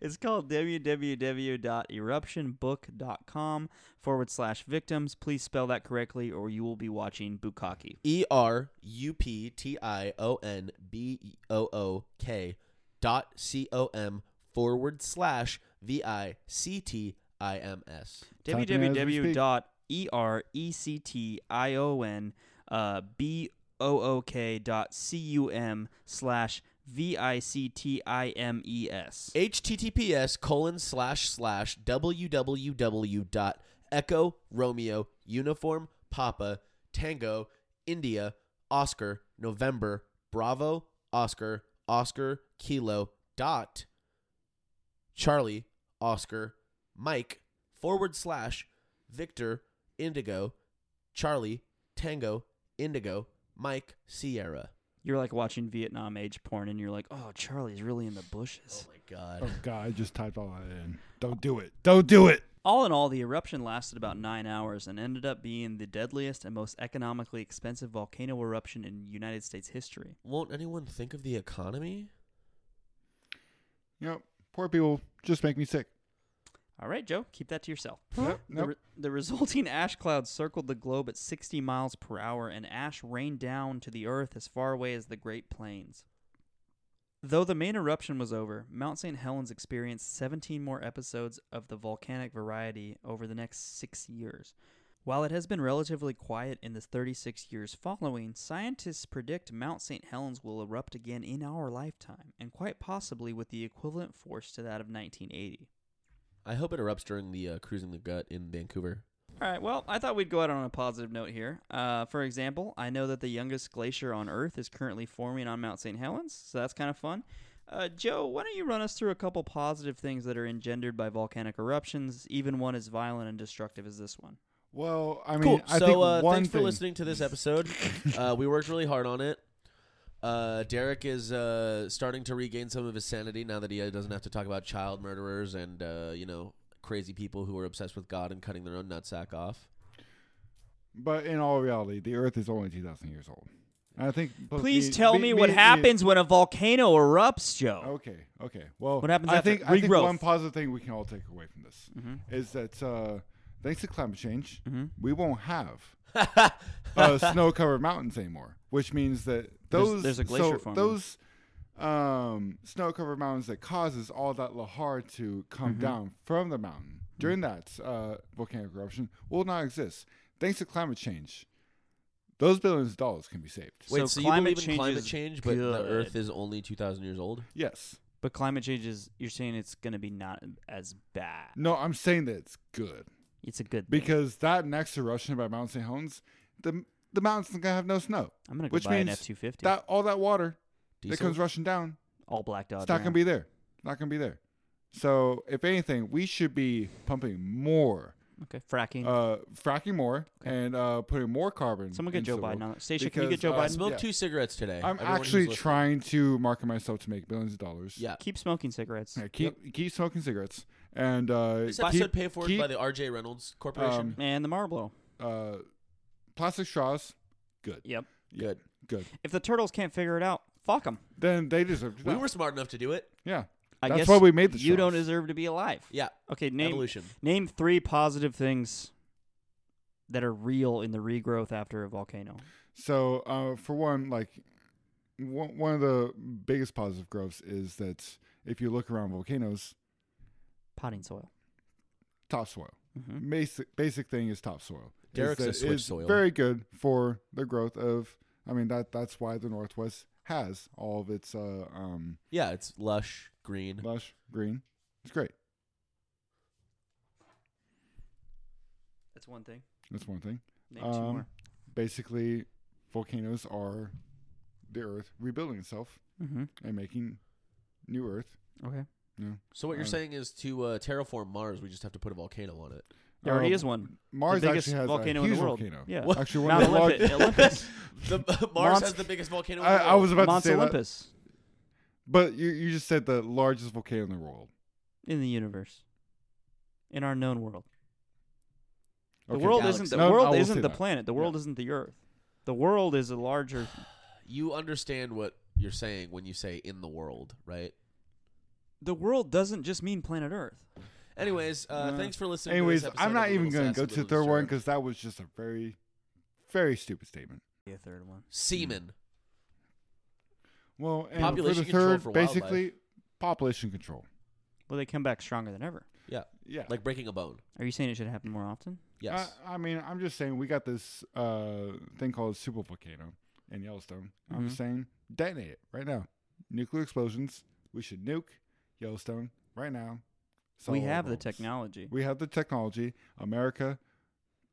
B: it's called www.eruptionbook.com forward slash victims. Please spell that correctly, or you will be watching Bukaki.
A: E R U P T I O N B O O K dot C O M forward slash V I C T I M S.
C: Talking as we speak.
B: E www.erection uh, B-O-O-K dot C-U-M slash E V-I-C-T-I-M-E-S.
A: HTTPS colon slash slash www dot echo romeo uniform papa tango India Oscar November Bravo Oscar Oscar Kilo dot Charlie Oscar Mike forward slash Victor Indigo Charlie Tango Indigo Mike Sierra.
B: You're like watching Vietnam age porn and you're like, oh, Charlie's really in the bushes.
A: my god.
C: Oh God, I just typed all that in. Don't do it. Don't do it.
B: All in all, the eruption lasted about nine hours and ended up being the deadliest and most economically expensive volcano eruption in United States history.
A: Won't anyone think of the economy?
C: You know, poor people just make me sick.
B: All right, Joe, keep that to yourself.
C: Yep,
B: The,
C: nope.
B: re- the resulting ash cloud circled the globe at 60 miles per hour, and ash rained down to the earth as far away as the Great Plains. Though the main eruption was over, Mount St. Helens experienced 17 more episodes of the volcanic variety over the next six years. While it has been relatively quiet in the 36 years following, scientists predict Mount St. Helens will erupt again in our lifetime, and quite possibly with the equivalent force to that of 1980.
A: I hope it erupts during the uh, cruising the gut in Vancouver.
B: All right. Well, I thought we'd go out on a positive note here. Uh, for example, I know that the youngest glacier on Earth is currently forming on Mount St. Helens, so that's kind of fun. Uh, Joe, why don't you run us through a couple positive things that are engendered by volcanic eruptions, even one as violent and destructive as this one?
C: Well, I mean,
A: cool.
C: I
A: so
C: think
A: uh,
C: one
A: thanks
C: thing,
A: for listening to this
C: (laughs)
A: episode. uh, we worked really hard on it. Uh, Derek is uh, starting to regain some of his sanity now that he uh, doesn't have to talk about child murderers and uh, you know crazy people who are obsessed with God and cutting their own nutsack off.
C: But in all reality, the Earth is only two thousand years old. And I think. both
B: Please tell me, what
C: and- Oh.
B: happens when a volcano erupts, Joe.
C: Okay. Okay. Well,
B: What happens
C: I
B: after?
C: think I think
B: Regrowth.
C: one positive thing we can all take away from this
B: Mhm.
C: is that uh, thanks to climate change,
B: Mhm.
C: we
B: (laughs)
C: won't have uh, snow-covered mountains anymore. Which means that
B: There's-
C: those
B: there's a glacier
C: so
B: forming.
C: those um, snow-covered mountains that causes all that lahar to come
B: Mm-hmm.
C: down from the mountain during that uh, volcanic eruption will not exist thanks to climate change. Those billions of dollars can be saved.
A: Wait, so,
B: So
A: you
B: climate
A: believe in
B: change
A: climate
B: is
A: change, but the
B: good.
A: Earth is only two thousand years old?
C: Yes.
B: But climate change is you're saying it's going to be not as bad.
C: No, I'm saying that it's good
B: It's a good thing.
C: because that next eruption by Mount St. Helens, the the mountain's gonna have no snow.
B: I'm going to go
C: which
B: buy an
C: means
B: F250.
C: That all that water
A: Diesel?
C: that comes rushing down,
B: all blacked out.
C: it's not gonna be there. Not gonna be there. So if anything, we should be pumping more,
B: Okay, fracking.
C: uh, fracking more, and uh, putting more carbon.
B: Someone get
C: into
B: Joe
C: the
B: Biden
C: world.
B: on it. Station, can you get
C: because,
B: Joe
C: uh,
A: I
B: Biden?
A: smoked
C: Yeah.
A: two cigarettes today.
C: I'm
A: Everyone who's
C: actually
A: listening.
C: trying to market myself to make billions of dollars.
A: Yeah.
B: Keep smoking cigarettes.
C: Yeah, keep keep smoking cigarettes and uh,
A: This
C: keep-
A: episode paid for
C: keep,
A: by the R.J. Reynolds Corporation.
C: Um,
B: And the Marlboro.
C: uh, plastic straws. Good.
B: Yep.
C: Yeah,
A: Good.
C: Good.
B: If the turtles can't figure it out, fuck them.
C: Then they deserve to
A: we
C: die.
A: were smart enough to do it.
C: yeah.
B: I
C: That's
B: guess
C: why we made the
B: You don't
C: straws.
B: deserve to be alive.
A: Yeah.
B: Okay, name
A: Evolution.
B: name three positive things that are real in the regrowth after a volcano.
C: So uh, for one, like one one of the biggest positive growths is that if you look around volcanoes,
B: Potting soil.
C: topsoil.
B: Mhm.
C: Basic basic thing is topsoil. Is
A: Derek's a
C: that
A: switch
C: it's
A: soil.
C: Very good for the growth of. I mean that that's why the Northwest has all of its uh,
B: (laughs)
C: um,
A: Yeah, it's lush, green.
C: lush green. It's great.
B: That's one thing.
C: That's one thing.
B: Name two
C: Um,
B: more.
C: Basically, volcanoes are the Earth rebuilding itself
B: Mm-hmm.
C: and making new Earth.
B: Okay.
A: So what you're
C: Uh,
A: saying is to uh, terraform Mars, we just have to put a volcano on
C: (laughs)
A: it.
B: There already
C: Uh,
B: is one.
C: Mars
B: the biggest
C: actually has
B: volcano
C: a huge
B: in the world.
C: volcano.
B: Yeah.
A: What?
C: Actually, one
B: Mount
C: of the large-
B: Olympi-
C: (laughs)
B: Olympus.
A: The, (laughs) Mars
C: Mons-
A: has the biggest volcano. In
C: I,
A: the
C: I
A: world.
C: was
B: (laughs)
C: about
B: Mount
C: to say that,
B: Olympus
C: but you, you just said the largest volcano in the world.
B: in the universe. In our known world. The
C: Okay.
B: world
A: Galaxy.
B: isn't the
C: No, I
B: world
C: will
B: isn't
C: say
B: the
C: that.
B: planet. The world isn't the earth. The world is a larger
A: You understand what you're saying when you say in the world, right?
B: The world doesn't just mean planet Earth.
A: Anyways, uh,
C: Uh,
A: thanks for listening.
C: Anyways,
A: to this episode
C: I'm
A: of
C: not
A: A
C: even
A: Little
C: going to
A: Sassy,
C: go to the
A: Little
C: third one
A: Disturbed.
C: because that was just a very, very stupid statement.
B: The third one.
A: semen.
C: Well, and
A: Population
C: for the
A: control
C: third,
A: for wildlife.
C: basically, population control.
B: Well, they come back stronger than ever.
A: Yeah,
C: Yeah.
A: like breaking a bone.
B: Are you saying it should happen more often?
A: Yes.
C: I, I mean, I'm just saying we got this uh, thing called supervolcano in Yellowstone. I'm
B: Mhm.
C: saying detonate it right now. Nuclear explosions. We should nuke Yellowstone right now. Solve
B: we
C: all
B: have the
C: problems.
B: technology.
C: We have the technology. America,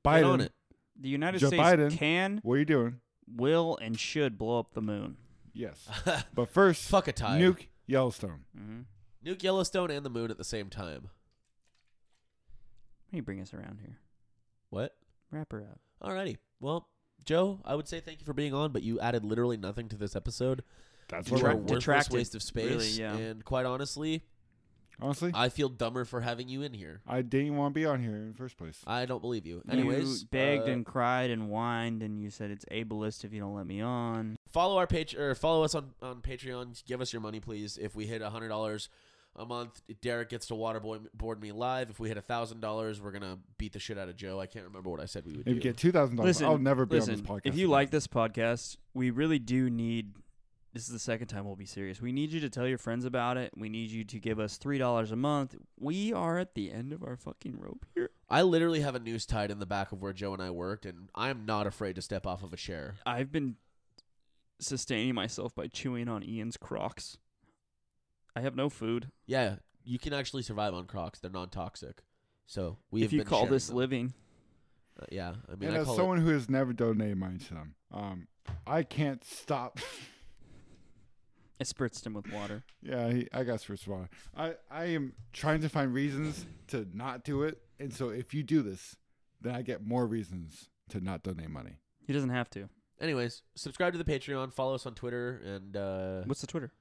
A: Get
C: Biden,
A: on it.
B: The United
C: Joe
B: States
C: Biden.
B: can,
C: what are you doing?
B: will, and should blow up the moon.
A: (laughs)
C: Yes, but first,
A: Fuck a tide. Nuke.
C: nuke Yellowstone.
B: Mm-hmm.
A: Nuke Yellowstone and the moon at the same time.
B: You bring us around here.
A: What?
B: Wrap her up.
A: Alrighty. Well, Joe, I would say thank you for being on, but you added literally nothing to this episode.
C: That's
A: You
C: what
A: were
C: I
A: a
B: Detract-
C: want.
A: worthless
B: detracted,
A: waste of space.
B: really, yeah.
A: And quite honestly,
C: honestly. I,
A: I feel dumber for having you in here.
C: didn't want to be on here in the first place.
A: I don't believe you.
B: you
A: Anyways,
B: begged
A: uh,
B: and cried and whined, and you said it's ableist if you don't let me on.
A: follow our page or follow us on on Patreon. Give us your money, please. If we hit a hundred dollars a month, Derek gets to waterboard board me live. If we hit a thousand dollars, we're gonna beat the shit out of Joe. I can't remember what I said we would
C: if you
A: do.
C: get two thousand dollars,
B: Listen,
C: I'll never be
B: listen,
C: on this podcast.
B: If you
C: again.
B: like this podcast, we really do need. This is the second time we'll be serious. We need you to tell your friends about it. We need you to give us three dollars a month. We are at the end of our fucking rope here.
A: I literally have a noose tied in the back of where Joe and I worked, and I'm not afraid to step off of a chair.
B: I've been sustaining myself by chewing on Ian's Crocs. I have no food.
A: Yeah, you can actually survive on Crocs. They're non toxic. So we
B: if
A: have
B: you
A: been
B: call
A: sharing
B: this
A: them.
B: living,
A: Uh, yeah, I mean,
C: and
A: I
C: as
A: call it-
C: someone who has never donated money to them, um, I can't stop. (laughs)
B: I spritzed him with water.
C: yeah, he, I got first water. I I am trying to find reasons to not do it, and so if you do this, then I get more reasons to not donate money.
B: He doesn't have to.
A: Anyways, subscribe to the Patreon, follow us on Twitter, and uh,
B: What's the Twitter?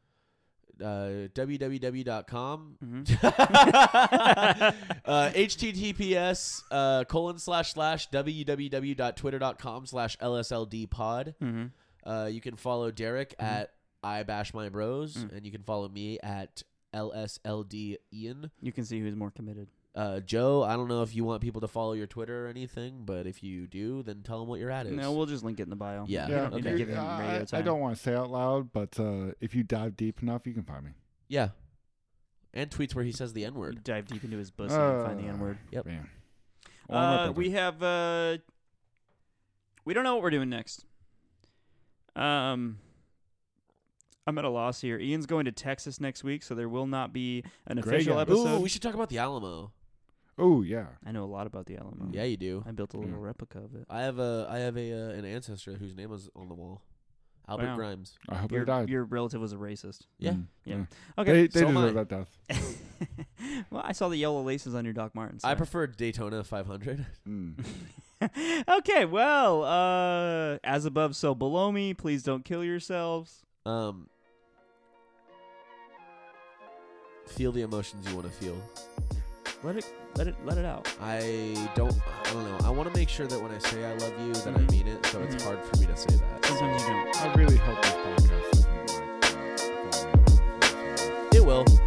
A: uh, www.com.
B: Mm-hmm.
A: (laughs) uh, https uh, colon slash slash www.twitter.com slash lsldpod.
B: Mm-hmm.
A: Uh, you can follow Derek
B: Mhm.
A: at I bash my bros,
B: Mm.
A: and you can follow me at lsld ian.
B: You can see who's more committed.
A: Uh, Joe, I don't know if you want people to follow your Twitter or anything, but if you do, then tell them what your ad is.
B: No, we'll just link it in the bio.
A: Yeah,
B: You don't need to
A: okay.
B: give him
C: I-
B: radio
C: I,
B: time.
C: don't want to say out loud, but uh, if you dive deep enough, you can find me.
A: yeah, and tweets where he says the n
B: You
A: word.
B: dive deep into his pussy and find the
C: Uh,
B: N word.
A: Yep.
C: Man. Or my
B: Uh,
C: brother.
B: we have. Uh, we don't know what we're doing next. Um, I'm at a loss here. Ian's going to Texas next week, so there will not be an
C: Greg
B: official
C: Alamo.
B: episode.
A: Ooh, we should talk about the Alamo.
C: Oh yeah.
B: I know a lot about the Alamo.
A: Yeah, you do.
B: I built a little
C: Mm.
B: replica of it.
A: I have a I have a uh, an ancestor whose name was on the wall, Albert
B: Wow.
A: Grimes.
C: I hope they
B: Your,
C: died.
B: your relative was a racist.
A: Yeah.
C: Mm,
B: Yeah.
C: They,
B: Okay.
C: they
A: so am
C: deserve
A: I.
C: that death.
B: (laughs) well, I saw the yellow laces on your Doc Martens.
A: I
B: so-
A: prefer Daytona 500.
C: Mm.
B: (laughs) okay, well, uh, as above, so below me. Please don't kill yourselves.
A: (laughs) Um, feel the emotions you want to feel.
B: Let it, let it, let it out.
A: I don't. I don't know. I want to make sure that when I say I love you, that
B: Mhm.
A: I mean it. So
B: Mhm.
A: it's hard for me to say that.
B: Mm-hmm. Sometimes you don't.
C: uh, I really hope this podcast doesn't like. fall in love with
A: It will.